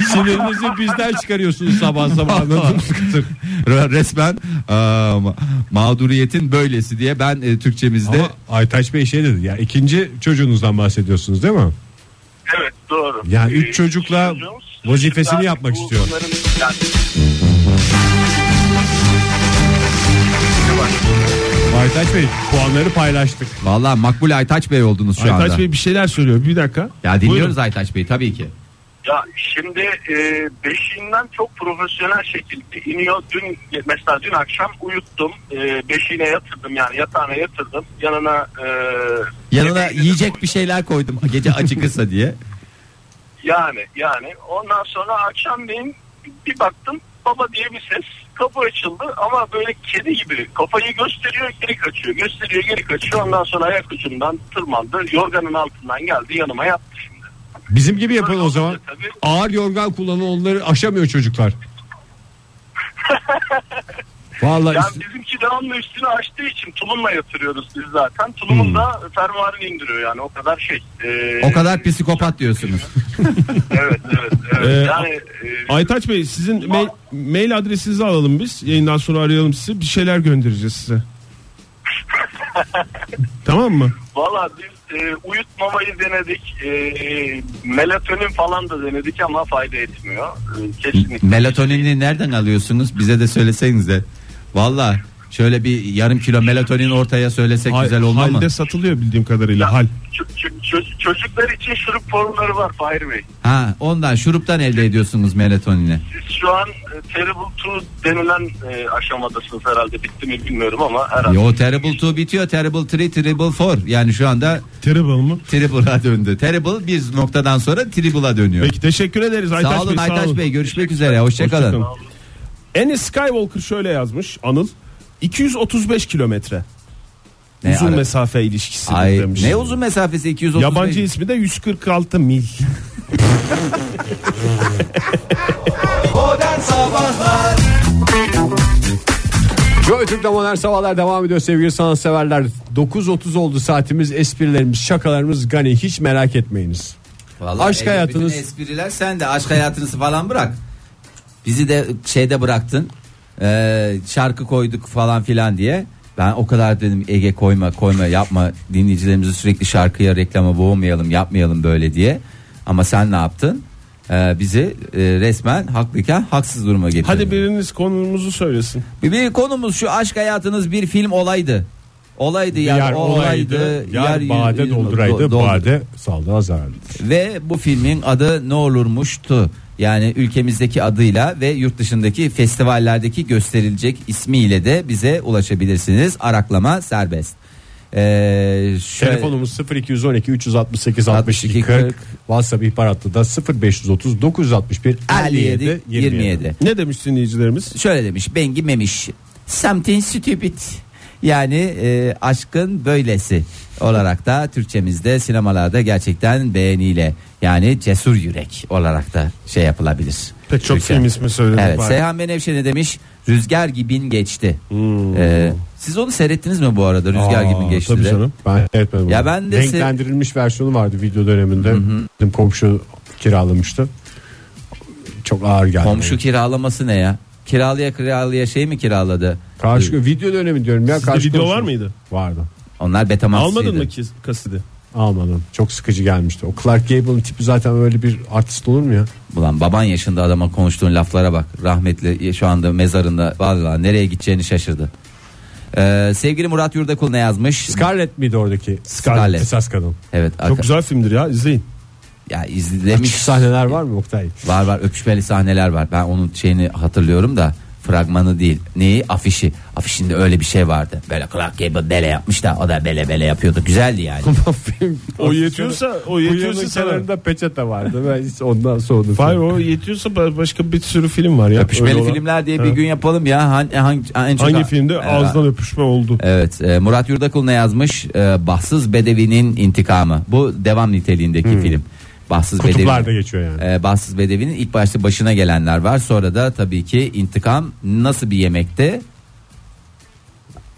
B: Sinirinizi bizden çıkarıyorsunuz sabah sabah.
C: Re- Resmen e, ma- mağduriyetin böylesi diye ben e, Türkçemizde
B: Ama Aytaç Bey şey dedi ya ikinci çocuğunuzdan bahsediyorsunuz değil mi?
E: Evet doğru.
B: Yani üç
E: Ee,
B: çocukla
E: çocuğumuz-
B: vazifesini
E: çocuklar
B: yapmak
E: bu-
B: istiyor.
E: bunların- yani-
B: Aytaç Bey puanları paylaştık.
C: vallahi makbul Aytaç Bey oldunuz şu
D: Aytaç
C: anda.
D: Bey bir şeyler söylüyor. Bir dakika.
C: Ya
D: Buyurun.
C: dinliyoruz Aytaç Bey tabii ki.
E: Ya şimdi e, beşiğinden çok profesyonel şekilde iniyor. Dün mesela dün akşam uyuttum. E, beşiğine yatırdım yani yatağına yatırdım. Yanına e,
C: Yanına
E: yemeğini de
C: yiyecek
E: koydum.
C: bir şeyler koydum gece acıkırsa diye.
E: Yani yani ondan sonra akşamleyin bir baktım baba diye bir ses kapı açıldı ama böyle kedi gibi kafayı gösteriyor geri kaçıyor gösteriyor geri kaçıyor ondan sonra ayak ucundan tırmandı yorganın altından geldi yanıma yattı şimdi.
B: Bizim gibi yapın
E: Böyle
B: o zaman.
E: olunca tabii-
B: Ağır yorgan kullanan onları aşamıyor çocuklar. Vallahi
E: Yani
B: is-
E: bizimki devamlı üstünü açtığı için tulumla yatırıyoruz biz zaten. Tulumun da fermuarını indiriyor yani o kadar şey. Ee,
C: Hmm. O kadar psikopat diyorsunuz.
E: Evet evet.
D: Ee,
E: evet. yani e,
D: Aytaç Bey sizin mail, mail adresinizi alalım biz. Yayından sonra arayalım sizi. Bir şeyler göndereceğiz size. tamam mı?
E: valla biz e, uyutmamayı denedik. E, melatonin falan da denedik ama fayda etmiyor. E, kesinlikle.
C: Melatonini nereden alıyorsunuz? Bize de söyleseniz de. Valla şöyle bir yarım kilo melatonin ortaya söylesek
D: Hal-
C: güzel olmaz mı?
D: Halde satılıyor bildiğim kadarıyla. Hal.
E: Ç- ç- ç- çocuklar için şurup formları var Fahir Bey.
C: Ha, ondan şuruptan elde ediyorsunuz melatonini.
E: Siz şu an e, Terrible Two denilen e, aşamadasınız herhalde. Bitti mi bilmiyorum ama herhalde.
C: Yo terrible 2 bitiyor. Terrible 3, terrible 4. Yani şu anda
D: Terrible mı?
C: triple'a döndü. Terrible bir noktadan sonra triple'a dönüyor.
D: Peki teşekkür ederiz Aytaç
C: sağ olun
D: Bey. sağ
C: Aytaç
D: olun.
C: Bey. Görüşmek üzere. Hoşçakalın.
D: Hoşçakalın. Enes Skywalker şöyle yazmış Anıl. 235 kilometre.
C: Ne
D: uzun
C: ara-
D: mesafe ilişkisi
C: Ay,
D: demiş.
C: ne uzun mesafesi 235.
D: Yabancı ismi de 146 mil.
B: Joy Türk'te modern sabahlar devam ediyor sevgili sanatseverler. 9.30 oldu saatimiz esprilerimiz şakalarımız gani hiç merak etmeyiniz.
C: Vallahi
B: Aşk
C: Ege,
B: hayatınız-
C: bütün espriler sen de aşk hayatınızı falan bırak. Bizi de şeyde bıraktın. Ee, şarkı koyduk falan filan diye. Ben o kadar dedim Ege koyma koyma yapma dinleyicilerimizi sürekli şarkıya reklama boğmayalım yapmayalım böyle diye. Ama sen ne yaptın? Ee, bizi e, resmen haklıyken haksız duruma getirdin.
D: Hadi biriniz konumuzu söylesin.
C: Bir, bir konumuz şu aşk hayatınız bir film olaydı. Olaydı yani
B: Yer
C: o
B: olaydı, yer,
C: yer-
B: bade
C: yüz-
B: dolduraydı,
C: do- doldur-
B: bade sağlığa zararlıdır.
C: ve bu filmin adı ne olurmuştu? Yani ülkemizdeki adıyla ve yurt dışındaki festivallerdeki gösterilecek ismiyle de bize ulaşabilirsiniz. Araklama serbest. Ee, şöyle-
B: Telefonumuz 0212 368 62
C: 62
B: 40. WhatsApp ihbar hattı da 0530 961 57 27.
D: Ne demiş dinleyicilerimiz?
C: Şöyle demiş Bengi Memiş. Something stupid. Yani e, aşkın böylesi olarak da Türkçemizde sinemalarda gerçekten beğeniyle yani cesur yürek olarak da şey yapılabilir.
D: Pek çok
C: Türkçe.
D: film ismi söyledi.
C: Evet
D: bari.
C: Seyhan Menevşe ne demiş? Rüzgar gibin geçti. Ee, siz onu seyrettiniz mi bu arada Rüzgar gibin geçti
D: Hmm. tabii
C: de?
D: canım.
B: Ben şey etmedim.
C: Ya
B: onu.
C: ben de se-
B: Renklendirilmiş versiyonu vardı video döneminde. Bizim komşu kiralamıştı. Çok ağır geldi.
C: Komşu kiralaması ne ya? Kiralaya kiralaya şey mi kiraladı?
B: Karşı video dönemi diyorum ya.
D: Sizde
B: karşı
D: video
B: komşu-
D: var mıydı?
B: Vardı.
C: Onlar betamaksıydı.
D: Almadın mı ki kasidi?
B: Almadım. Çok sıkıcı gelmişti. O Clark Gable'ın tipi zaten öyle bir artist olur mu ya?
C: Ulan baban yaşında adama konuştuğun laflara bak. Rahmetli şu anda mezarında vallahi nereye gideceğini şaşırdı. Ee, sevgili Murat Yurdakul ne yazmış?
B: Scarlett miydi oradaki?
C: Scarlett.
B: Esas kadın.
C: Evet. arka-
D: Çok güzel filmdir ya izleyin.
C: Ya
B: Demiş.
C: izlemiş.
B: sahneler var mı Oktay?
C: Var var öpüşmeli sahneler var. Ben onun şeyini hatırlıyorum da fragmanı değil. Neyi? Afişi. Afişinde öyle bir şey vardı. Böyle kulak gibi bele yapmış da o da bele bele yapıyordu. Güzeldi yani.
D: O yetiyorsa o
B: Kuyunun
D: yetiyorsa sana.
B: kenarında peçete vardı. Ben hiç ondan soğudum.
D: Hayır o yetiyorsa ba- başka bir sürü film var ya. öyle
C: öpüşmeli
D: olan.
C: filmler diye bir
D: Ha.
C: gün yapalım ya. Hangi, hangi, en çok-
D: Hangi filmde
C: Ee,
D: ağızdan öpüşme oldu?
C: Evet e, Murat Yurdakul ne yazmış? E, Bahtsız Bedevi'nin intikamı. Bu devam niteliğindeki
D: Hmm.
C: film. Bahtsız
B: Kutuplarda
C: Bedevi.
B: geçiyor yani.
C: E, Bahtsız Bedevi'nin ilk başta başına gelenler var. Sonra da tabii ki intikam nasıl bir yemekti?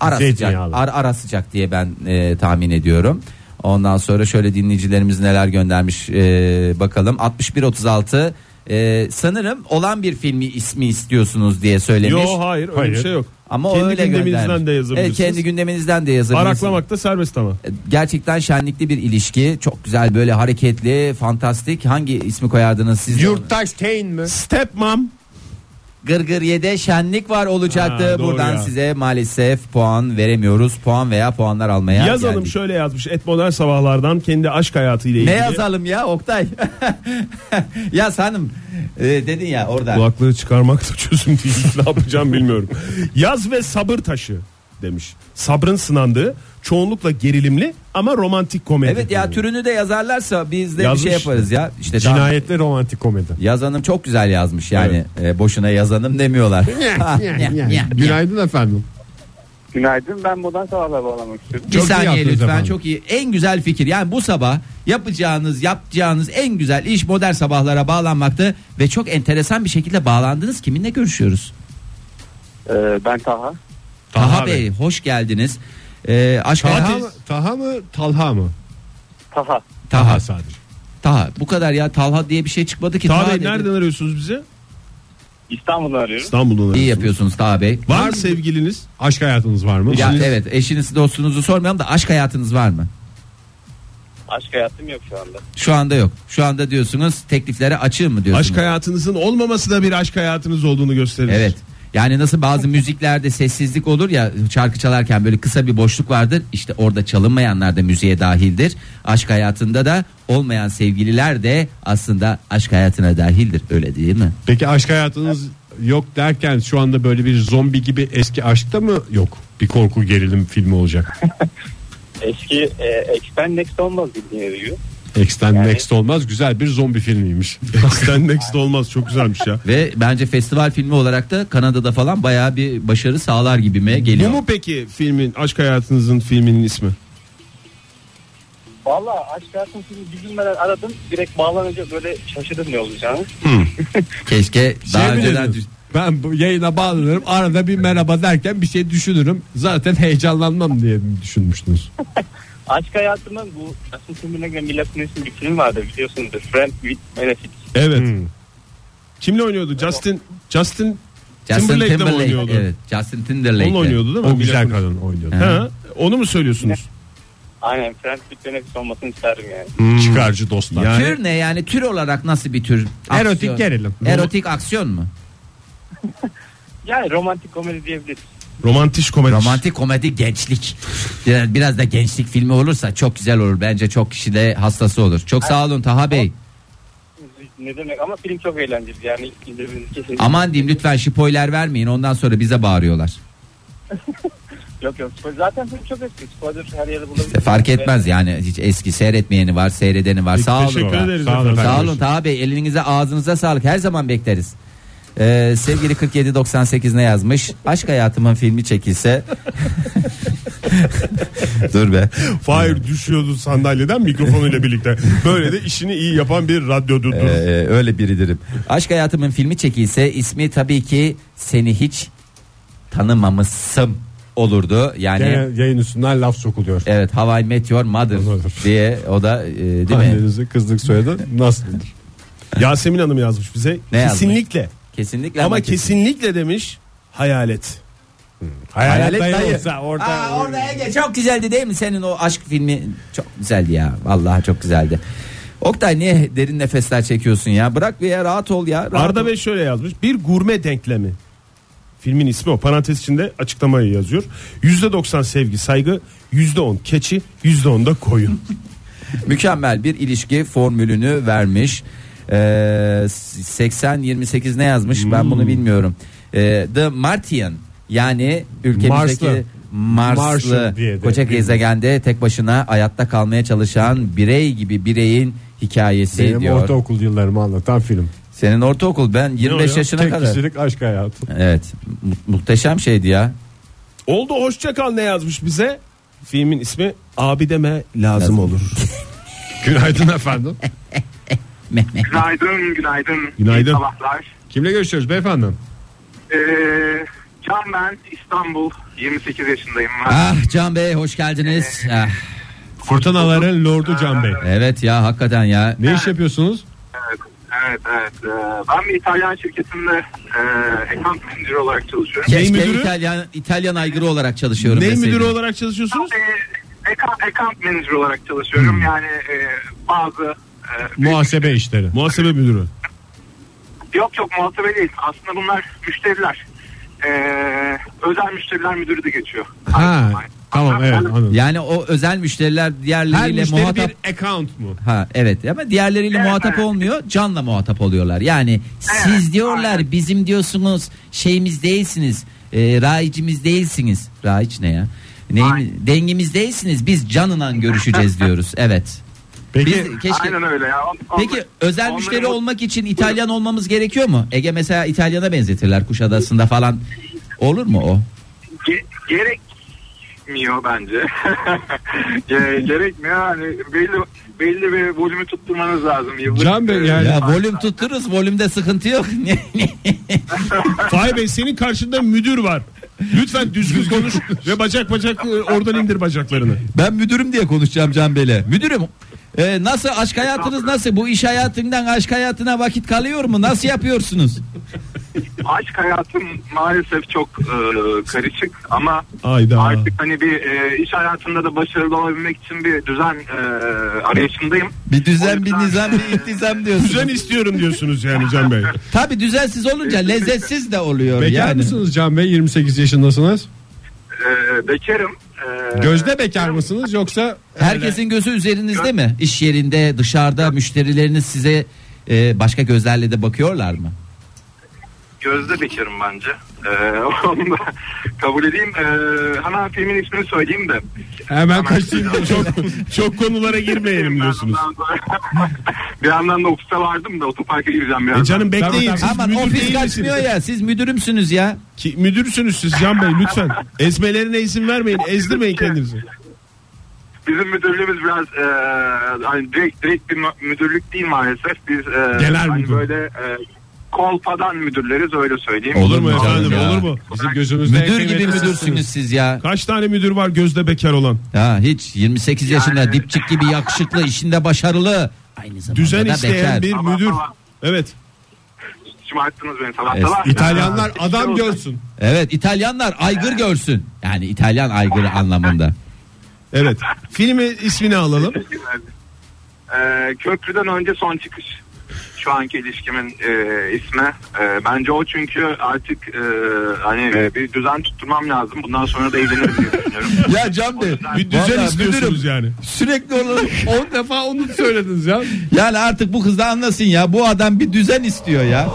C: Ara sıcak,
B: Zeytinyağlı.
C: ar- ara sıcak diye ben e, tahmin ediyorum. Ondan sonra şöyle dinleyicilerimiz neler göndermiş e, bakalım. 6136 e, sanırım olan bir filmi ismi istiyorsunuz diye söylemiş.
D: Yo hayır öyle
B: Hayır.
D: bir şey yok.
C: Ama
D: kendi
C: öyle
D: gündeminizden
C: göndermiş.
D: de yazabilirsiniz.
C: Evet, kendi gündeminizden de yazabilirsiniz. E,
D: Araklamak da serbest ama.
C: Gerçekten şenlikli bir ilişki. Çok güzel böyle hareketli, fantastik. Hangi ismi koyardınız siz?
B: Yurttaş Kane
C: E,
B: mi?
D: Stepmom.
C: Gırgırye'de şenlik var olacaktı.
D: Ha, doğru
C: Buradan
D: ya.
C: size maalesef puan veremiyoruz. Puan veya puanlar almaya
D: Yazalım
C: geldik.
D: şöyle yazmış. Et modern sabahlardan kendi aşk hayatıyla
C: Ne
D: ilgili.
C: yazalım ya Oktay? Yaz hanım. Ee, dedin ya orada.
D: Kulaklığı çıkarmak da çözüm değil. ne yapacağım bilmiyorum. Yaz ve sabır taşı demiş. Sabrın sınandığı çoğunlukla gerilimli ama romantik komedi.
C: Evet ya türünü de yazarlarsa biz de bir
D: Yazmış.
C: şey yaparız ya. İşte daha-
B: Cinayetli romantik komedi.
C: Yaz hanım çok güzel yazmış yani. E, boşuna yazanım demiyorlar.
B: Günaydın efendim.
E: Günaydın ben modern sabahlar bağlamak istiyorum.
C: Bir
B: Çok iyi
C: saniye
B: yaptınız
C: lütfen
B: efendim.
C: çok iyi. En güzel fikir yani bu sabah yapacağınız yapacağınız en güzel iş modern sabahlara bağlanmaktı ve çok enteresan bir şekilde bağlandınız. Kiminle görüşüyoruz?
E: Ee, ben Taha.
C: Taha,
B: Taha
C: Bey.
B: Bey.
C: hoş geldiniz. E, aşk
B: Taha
C: hayatı-
B: mı, Taha mı Talha mı?
E: Taha.
C: Taha.
B: sadece.
C: Taha. Bu kadar ya Talha diye bir şey çıkmadı ki.
D: Tabii
C: dedi.
D: nereden arıyorsunuz bizi?
E: İstanbul'dan arıyorum.
D: İstanbul'dan
C: İyi
D: arıyorsunuz.
C: yapıyorsunuz Taha Bey.
D: Var mı sevgiliniz?
B: Aşk hayatınız var mı?
C: Ya
B: Eşiniz-
C: evet eşiniz dostunuzu sormayalım da aşk hayatınız var mı?
E: Aşk hayatım yok şu anda.
C: Şu anda yok. Şu anda diyorsunuz tekliflere açığım mı diyorsunuz?
D: Aşk hayatınızın olmaması da bir aşk hayatınız olduğunu gösterir.
C: Evet. Yani nasıl bazı müziklerde sessizlik olur ya şarkı çalarken böyle kısa bir boşluk vardır. İşte orada çalınmayanlar da müziğe dahildir. Aşk hayatında da olmayan sevgililer de aslında aşk hayatına dahildir. Öyle değil mi?
B: Peki aşk hayatınız yok derken şu anda böyle bir zombi gibi eski aşkta mı yok? Bir korku gerilim filmi olacak.
E: Eski e, Expand Next olmaz bildiğin eriyor.
B: Extend
E: Yani-
B: Next olmaz güzel bir zombi filmiymiş.
D: Stand next olmaz çok güzelmiş ya.
C: Ve bence festival filmi olarak da Kanada'da falan bayağı bir başarı sağlar gibime
D: Bu
C: geliyor.
D: mu peki filmin aşk hayatınızın filminin ismi?
E: Valla aşk hayatım sizi düşünmeden aradım. Direkt bağlanınca böyle şaşırdım ne olacağını.
C: Keşke daha
B: Şey mi
C: önceden
B: dedin? Ben bu yayına bağlanırım arada bir merhaba derken bir şey düşünürüm. Zaten heyecanlanmam diye mi düşünmüştünüz.
E: Aşk hayatımın bu Justin Timberlake'le Mila Kunis'in bir film vardı biliyorsunuzdur. Friend with Benefit.
D: Evet.
B: Hmm.
D: Kimle oynuyordu? Justin Justin
C: Justin
D: Timberlake'le mi
C: Timberlake,
D: oynuyordu?
C: Evet, Justin Timberlake.
D: Onunla oynuyordu değil mi?
B: O güzel
D: Mila Kunis.
B: kadın oynuyordu.
D: Ha, onu mu söylüyorsunuz?
E: Aynen Friend with Benefit olmasını isterdim yani.
B: Çıkarcı dostlar.
D: Yani-
C: Tür ne yani tür olarak nasıl bir tür? Aksiyon.
B: Erotik gerilim.
C: Erotik aksiyon mu?
E: Yani romantik komedi diyebiliriz.
D: Romantik komedi.
C: Romantik komedi gençlik. Biraz, biraz da gençlik filmi olursa çok güzel olur. Bence çok kişi de hastası olur. Çok sağ olun Taha Bey.
E: Ne demek ama film çok eğlenceli yani izlemenizi kesinlikle.
C: Aman diyeyim lütfen spoiler vermeyin. Ondan sonra bize bağırıyorlar.
E: Yok yok spoiler zaten film çok eski spoiler her yerde bulabilirsiniz.
C: İşte E, fark etmez yani hiç eski seyretmeyeni var, seyredeni var. Sağ olun.
D: Teşekkür ederiz.
B: Sağ olun
D: efendim.
C: Sağ olun Taha Bey. Elinize ağzınıza sağlık. Her zaman bekleriz. Ee, sevgili 4798 ne yazmış? Aşk hayatımın filmi çekilse. Dur be.
D: Fahir düşüyordu sandalyeden mikrofonuyla birlikte. Böyle de işini iyi yapan bir radyodur.
C: Ee, öyle biridirim. Aşk hayatımın filmi çekilse ismi tabii ki seni hiç tanımamışsım olurdu. Yani
B: Gene yayın üstünden laf sokuluyor.
C: evet Hawaii Meteor Mother
B: Mother.
C: diye o da e, değil mi?
B: Annenize kızlık soyadı nasıl?
D: Yasemin Hanım yazmış bize.
C: Ne yazmış?
D: kesinlikle.
C: Kesinlikle
D: Ama, kesinlikle demiş hayalet.
C: Hayalet dayı.
B: orada.
C: Aa, orada Ege çok güzeldi değil mi senin o aşk filmi? Çok güzeldi ya. Vallahi çok güzeldi. Oktay niye derin nefesler çekiyorsun ya? Bırak bir ya rahat ol ya. rahat
D: Arda
C: ol.
D: Bey şöyle yazmış. Bir gurme denklemi. Filmin ismi o. Parantez içinde açıklamayı yazıyor. %90 sevgi, saygı, %10 keçi, %10 da koyun.
C: Mükemmel bir ilişki formülünü vermiş. Ee, 80-28 ne yazmış ben
B: Hmm.
C: bunu bilmiyorum. Ee, The Martian yani ülkemizdeki Marslı,
B: Martian diye de
C: koca
B: bilmiyorum.
C: gezegende tek başına hayatta kalmaya çalışan birey gibi bireyin hikayesi
B: Benim
C: diyor.
B: ortaokul yıllarımı anlatan film.
C: Senin ortaokul ben 25
D: oluyor?
C: yaşına
B: Tek
C: kadar.
B: kişilik aşk hayatı.
C: Evet mu- muhteşem şeydi ya.
D: Oldu hoşça kal ne yazmış bize? Filmin ismi abi deme
C: Lazım.
D: lazım olur.
B: Günaydın efendim.
C: Mehmet.
E: Günaydın, günaydın.
D: Günaydın.
E: İyi sabahlar.
B: Kimle görüşüyoruz beyefendi?
E: Ee, Can ben İstanbul. 28 yaşındayım ben.
C: Ah Can Bey hoş geldiniz. Ah,
B: Fırtınaların Lordu Can Bey.
C: evet ya hakikaten ya.
B: Ne iş yapıyorsunuz?
E: Evet, evet, evet. Ee, ben bir İtalyan şirketinde e, account manager olarak çalışıyorum.
C: Keşke
D: müdürü?
C: İtalyan İtalyan aygırı olarak çalışıyorum.
D: Ney
C: deseydim.
D: müdürü olarak çalışıyorsunuz?
E: Ee, account, account manager olarak çalışıyorum.
B: Hmm.
E: Yani e, bazı e,
B: Muhasebe işleri.
D: Muhasebe müdürü.
E: Yok yok muhasebe değil. Aslında bunlar müşteriler. Ee, özel müşteriler müdürü de geçiyor.
B: Ha,
E: Aynen.
B: tamam evet
E: Aynen.
B: anladım.
C: Yani o özel müşteriler
B: Her
C: diğerleriyle
B: müşteri
C: muhatap
B: bir account mu?
C: Ha evet ama diğerleriyle
E: Evet,
C: muhatap
E: evet.
C: olmuyor. Canla muhatap oluyorlar. Yani siz diyorlar
E: aynen.
C: bizim diyorsunuz şeyimiz değilsiniz. E, raicimiz değilsiniz. Raic ne ya? Neyin, dengimiz değilsiniz. Biz canla görüşeceğiz diyoruz. Evet.
B: Peki
C: Biz keşke
E: Aynen öyle ya. On- on-
C: Peki özel
E: onların
C: müşteri
E: mut-
C: olmak için İtalyan olmamız gerekiyor mu? Ege mesela İtalyana benzetirler Kuşadası'nda falan. Olur mu o?
E: Ge- gerekmiyor bence. Ge- gerekmiyor. Hani belli belli bir volümü tutturmanız lazım. Yıllık,
B: Can Bey,
E: e,
B: yani-
C: Ya volüm tuttururuz. Volümde sıkıntı yok.
D: Fahir Bey senin karşında müdür var. Lütfen düzgün konuş ve bacak bacak e, oradan indir bacaklarını.
C: Ben müdürüm diye konuşacağım Can Bey'le. Müdürüm e, nasıl aşk hayatınız nasıl? Bu iş hayatından aşk hayatına vakit kalıyor mu? Nasıl yapıyorsunuz?
E: aşk hayatım maalesef çok e, karışık ama
D: Ayda.
E: artık hani bir e, iş hayatında da başarılı olabilmek için bir düzen e, arayışındayım.
C: Bir düzen
E: Onu
C: bir
E: ben-
C: nizam bir iltizam
D: Düzen
C: diyorsunuz.
D: istiyorum diyorsunuz yani Can Bey.
C: Tabi düzensiz olunca lezzetsiz de oluyor
B: bekar
C: yani.
B: mısınız Can Bey? 28 yaşındasınız.
E: E, bekarım. E,
B: Gözde bekar mısınız yoksa
C: Herkesin gözü üzerinizde mi? İş yerinde dışarıda müşterileriniz size e, başka gözlerle de bakıyorlar mı?
E: Gözde Bekir'im bence. Ee, onu da kabul edeyim. Ee, hemen filmin ismini söyleyeyim de.
B: hemen kaçayım.
D: Çok çok konulara girmeyelim diyorsunuz.
E: bir yandan da ofiste vardım da otoparka gireceğim
D: E
E: biraz.
D: canım bekleyin. Siz
C: Aman
D: müdür
C: ofis
D: değil
C: kaçmıyor
D: misiniz?
C: ya siz müdürümsünüz ya.
D: Ki, müdürsünüz siz Can Bey lütfen. Ezmelerine izin vermeyin. Ezdirmeyin kendinizi.
E: Bizim müdürlüğümüz biraz e, hani direkt, direkt bir mü- müdürlük değil maalesef. Biz e,
D: Genel
E: hani
D: müdür.
E: böyle e, kolpadan müdürleriz öyle söyleyeyim.
C: Olur
D: Olur mu
C: canım
D: efendim?
C: ya?
D: Olur mu?
B: Bizim gözümüzde en
C: Müdür gibi
B: kıymetli
C: müdürsünüz siz ya.
D: Kaç tane müdür var gözde bekar olan?
C: Ha hiç 28 yaşında
E: Yani-
C: dipçik gibi yakışıklı, işinde başarılı. Aynı zamanda
D: Düzen
C: da
D: isteyen
C: bekar.
D: bir
E: Tamam,
D: müdür.
E: tamam.
D: Evet.
E: Şımarttınız beni sabah
C: Es-
E: sabah.
B: İtalyanlar adam görsün.
C: Evet İtalyanlar aygır görsün. Yani İtalyan aygırı anlamında.
D: Evet. Filmi ismini alalım.
E: Ee, köprüden önce son çıkış. Şu anki ilişkimin e, ismi. E, bence o çünkü artık e, hani e, bir düzen tutturmam lazım. Bundan sonra da evleniriz diye düşünüyorum.
C: Ya Can Bey
D: Bir düzen istiyorsunuz yani.
C: Sürekli olarak
B: 10 defa onu söylediniz ya.
C: yani artık bu kız da anlasın ya bu adam bir düzen istiyor ya.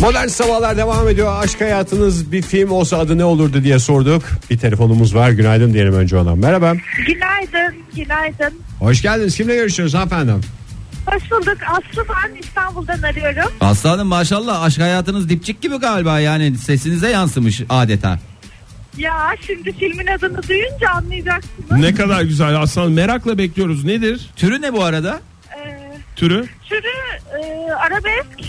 B: Modern Sabahlar devam ediyor. Aşk hayatınız bir film olsa adı ne olurdu diye sorduk. Bir telefonumuz var. Günaydın diyelim önce ona. Merhaba.
F: Günaydın, günaydın.
B: Hoş geldiniz. Kimle görüşüyoruz hanımefendi?
F: Hoş bulduk. Aslı ben İstanbul'dan arıyorum.
C: Aslanım maşallah aşk hayatınız dipçik gibi galiba yani sesinize yansımış adeta.
F: Ya şimdi filmin adını duyunca anlayacaksınız.
D: Ne kadar güzel Aslan. Merakla bekliyoruz. Nedir
C: Türü ne bu arada?
F: Ee,
D: türü?
F: türü e, arabesk.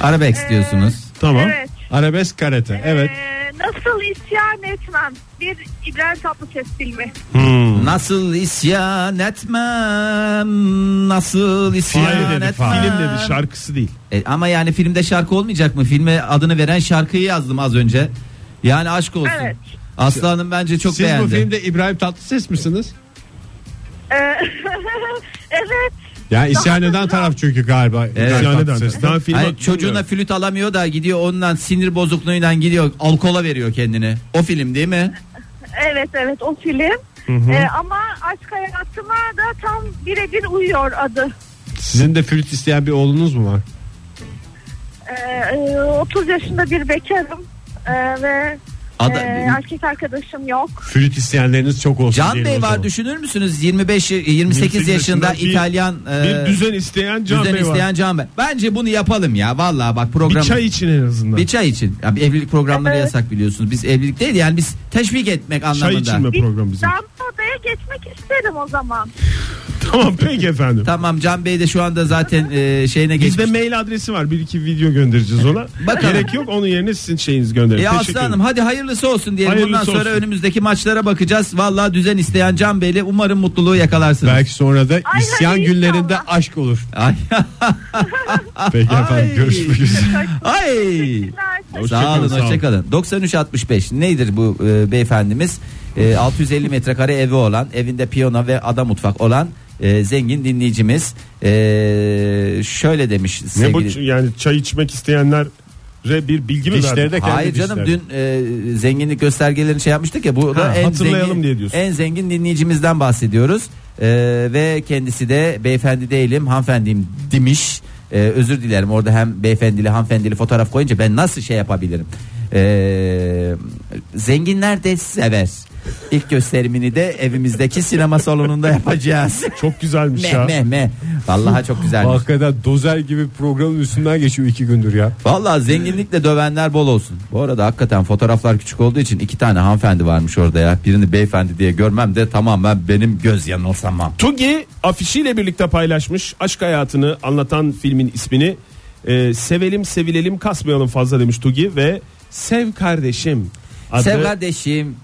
C: Arabesk diyorsunuz.
D: Tamam.
F: Evet.
B: Arabesk karate. Evet.
F: Ee, nasıl isyan etmem? Bir İbrahim Tatlıses filmi.
D: Hmm.
C: Nasıl isyan etmem Nasıl isyan
D: Hayır dedi.
C: etmem
D: Film dedi. Şarkısı değil.
C: E, ama yani filmde şarkı olmayacak mı? Filme adını veren şarkıyı yazdım az önce. Yani aşk olsun.
F: Evet.
C: Aslanım bence çok
B: Siz
C: beğendi.
B: bu filmde İbrahim Tatlıses misiniz?
F: Ee, evet.
B: Yani isyan eden taraf çünkü galiba.
C: Evet.
B: İsyan eden.
D: Neden? Daha film
C: Hayır,
D: hakkında-
C: çocuğuna flüt alamıyor da gidiyor ondan sinir bozukluğuyla gidiyor alkola veriyor kendini. O film değil mi?
F: Evet evet o film. Ee, ama aşk hayatıma da tam birebir uyuyor adı.
B: Sizin de flüt isteyen bir oğlunuz mu var?
F: Ee, e, 30 yaşında bir bekarım Ee, ve
C: Ada-
F: e, erkek arkadaşım yok.
B: Flüt isteyenleriniz çok olsun.
C: Can
B: diyelim
C: Bey
B: o
C: var
B: zaman.
C: düşünür müsünüz 25 28 yaşında
D: yaşında bir-
C: İtalyan e,
D: Bir düzen isteyen Can
C: düzen
D: Bey var.
C: isteyen Can Bey. Bence bunu yapalım ya vallahi bak
D: Bir
C: program
D: çay için en azından.
C: bir çay için. Ya bir evlilik programları
F: Evet.
C: yasak biliyorsunuz. Biz evlilik değil yani biz teşvik etmek
D: çay
C: anlamında.
D: için mi program bizim?
F: Ben bu odaya geçmek isterim o zaman.
D: Tamam peki efendim.
C: Tamam Can Bey de şu anda zaten e, şeyine
D: Bizde
C: geçmiş.
D: mail adresi var. Bir iki video göndereceğiz ona.
C: Bakalım.
D: Gerek yok. Onun yerine sizin şeyiniz gönderin.
C: Ya
D: Teşekkür
C: E, Aslı Hanım
D: ederim.
C: hadi hayırlısı olsun diyelim.
D: Hayırlısı
C: Bundan sonra
D: olsun.
C: önümüzdeki maçlara bakacağız. Vallahi düzen isteyen Can Bey'le umarım mutluluğu yakalarsınız.
B: Belki sonra da
F: hadi
B: isyan
F: inşallah.
B: günlerinde aşk olur.
C: Ay.
B: Peki efendim
C: Ay.
B: görüşmek üzere.
C: Ay.
F: Teşekkürler.
C: Sağ olun
D: sağ olun.
C: hoşçakalın. 9365 nedir bu e, beyefendimiz? E, 650 metrekare evi olan, evinde piyano ve ada mutfak olan e, zengin dinleyicimiz e, şöyle demiş
D: Ne bu
C: sevgili.
D: ç- yani çay içmek isteyenlere bir bilgi mi
B: İşleri de
D: verdin?
B: kendi
C: Hayır canım
B: dişleri.
C: dün e, zenginlik göstergelerini şey yapmıştık ya bu da
D: Ha,
C: en
D: hatırlayalım
C: zengin
D: diye diyorsun.
C: en zengin dinleyicimizden bahsediyoruz. E, ve kendisi de beyefendi değilim, hanımefendiyim demiş. E, özür dilerim. Orada hem beyefendili, hanımefendili fotoğraf koyunca ben nasıl şey yapabilirim? E, zenginler de sever. İlk gösterimini de evimizdeki sinema salonunda yapacağız.
D: Çok güzelmiş
C: meh
D: ya.
C: meh meh. Vallahi çok güzelmiş.
B: Hakikaten dozer gibi programın üstünden geçiyor iki gündür ya.
C: Vallahi zenginlikle dövenler bol olsun. Bu arada hakikaten fotoğraflar küçük olduğu için iki tane hanımefendi varmış orada ya. Birini beyefendi diye görmem de tamamen benim göz yanılsamam.
D: Tugi afişiyle birlikte paylaşmış aşk hayatını anlatan filmin ismini. Ee, sevelim sevilelim kasmayalım fazla demiş Tugi ve Sev Kardeşim adı.
C: Sev kardeşim.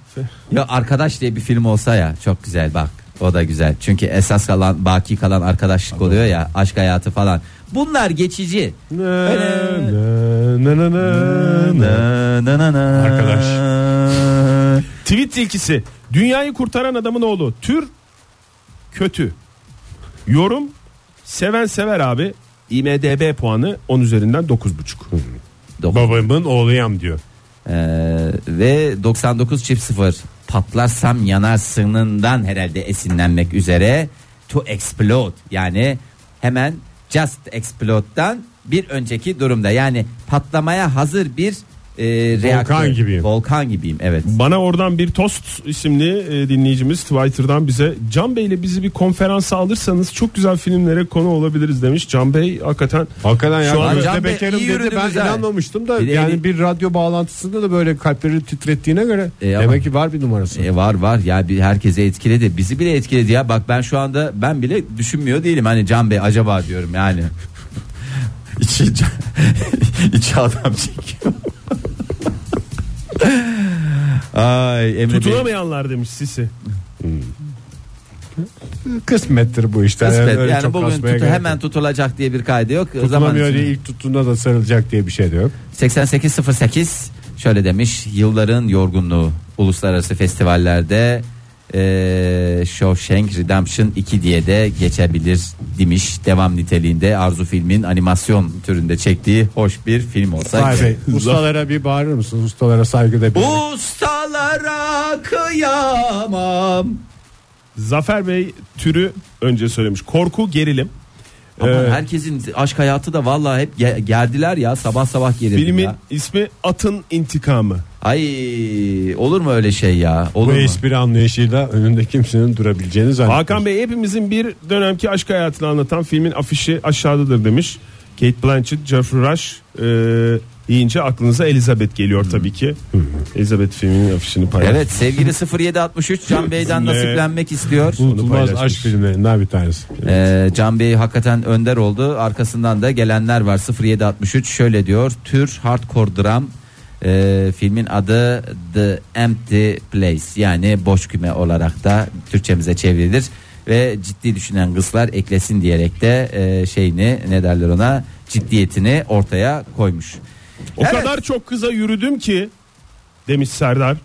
C: Ya arkadaş diye bir film olsa ya çok güzel bak. O da güzel. Çünkü esas kalan baki kalan arkadaşlık oluyor ya aşk hayatı falan. Bunlar geçici.
D: Na, na, na, na, na.
C: Arkadaş.
D: Tweet ilkisi dünyayı kurtaran adamın oğlu tür kötü. Yorum seven sever abi IMDB puanı 10 üzerinden 9.5.
B: Babamın oğluyam diyor.
C: Ee, ve 99 çift sıfır patlarsam yanarsınından herhalde esinlenmek üzere to explode yani hemen just explode'dan bir önceki durumda yani patlamaya hazır bir e, reaktör.
B: gibiyim.
C: Volkan gibiyim evet.
D: Bana oradan bir tost isimli e, dinleyicimiz Twitter'dan bize Can Bey ile bizi bir konferansa alırsanız çok güzel filmlere konu olabiliriz demiş. Can Bey hakikaten
B: Hakikaten ya
D: Şu an
B: Gözde
C: Can Bey
B: Beker'im
C: iyi
B: dedi ben
C: ürünümüz ha.
B: inanmamıştım da
C: Bir de
B: yani
C: eli-
B: bir radyo bağlantısında da böyle kalpleri titrettiğine göre
C: E, ama-
B: demek ki var bir numarası.
C: E, var var ya bir herkese etkiledi bizi bile etkiledi ya bak ben şu anda ben bile düşünmüyor değilim hani Can Bey acaba diyorum yani. içi, içi adam çekiyor. Ay Emre Bey.
D: tutunamayanlar demiş Sisi.
B: Kısmettir bu işte.
C: Kısmet.
B: öyle
C: yani
B: çok
C: bugün
B: kasmaya
C: tutu-
B: gerek
C: hemen
B: yok.
C: tutulacak diye bir kaydı yok. Zaman
B: tutulamıyor diye ilk tuttuğunda da sarılacak diye bir şey de yok.
C: 8808 şöyle demiş yılların yorgunluğu uluslararası festivallerde eee Shawshank Redemption 2 diye de geçebilir demiş devam niteliğinde Arzu filmin animasyon türünde çektiği hoş bir film olsa
B: Vay
C: gerek.
B: Bey, ustalara bir bağırır mısınız? Ustalara saygı da bir. şey.
C: Ustalara kıyamam
D: Zafer Bey türü önce söylemiş. Korku gerilim.
C: Ama
D: Ee,
C: herkesin aşk hayatı da vallahi hep ge- gerdiler ya sabah sabah gerildim
D: Filmin
C: ya.
D: ismi Atın İntikamı.
C: Ay olur mu öyle şey ya? Olur
B: Bu
C: mu?
B: espri anlayışıyla önünde kimsenin durabileceğini zannetmiyorum.
D: Hakan Bey hepimizin bir dönemki aşk hayatını anlatan filmin afişi aşağıdadır demiş. Kate Blanchett, Jeffrey Rush e, deyince aklınıza Elizabeth geliyor tabii ki. Elizabeth filminin afişini paylaşmış.
C: Evet sevgili 0763 Can Bey'den
D: Ne?
C: nasiplenmek istiyor.
B: Unutulmaz
D: paylaşmış.
B: aşk filmlerinden bir tanesi.
C: Ee, Can Bey hakikaten önder oldu. Arkasından da gelenler var 0763 şöyle diyor. Tür hardcore dram Ee, filmin adı The Empty Place yani boş küme olarak da Türkçemize çevrilir ve ciddi düşünen kızlar eklesin diyerek de e, şeyini ne derler ona ciddiyetini ortaya koymuş.
D: O kadar çok kıza yürüdüm ki demiş Serdar.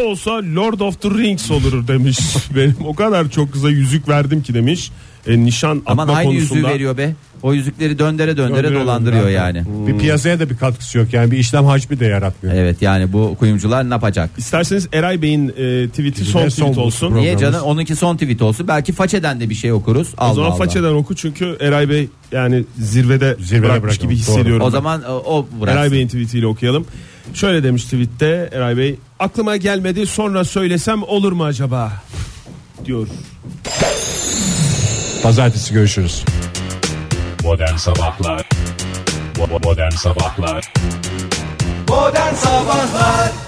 D: olsa Lord of the Rings olur demiş. Benim o kadar çok kıza yüzük verdim ki demiş. e, nişan
C: Aman
D: atma
C: aynı yüzüğü
D: konusunda
C: veriyor be. O yüzükleri döndere döndere
D: Döndüre
C: dolandırıyor
D: döndüre.
C: yani.
B: Bir piyasaya da bir katkısı yok yani bir işlem hacmi de yaratmıyor.
C: Evet yani bu kuyumcular ne yapacak?
D: İsterseniz Eray Bey'in e, tweet'i son
B: Yine son
D: tweet
B: bu
D: olsun.
B: program.
C: Niye
B: Programımız-
C: canım? Onunki son tweet olsun. Belki façeden de bir şey okuruz. Allah
D: O zaman
C: Allah.
D: façeden oku çünkü Eray Bey yani zirvede,
B: Zirvede
D: bırakmış
B: bırakalım,
D: gibi hissediyorum.
C: O
D: ben.
C: zaman e, o bıraksın.
D: Eray Bey'in tweetiyle okuyalım. Şöyle demiş tweette Eray Bey aklıma gelmedi sonra söylesem olur mu acaba diyor.
B: Pazartesi görüşürüz.
G: Modern Sabahlar Bo- Modern Sabahlar
H: Modern Sabahlar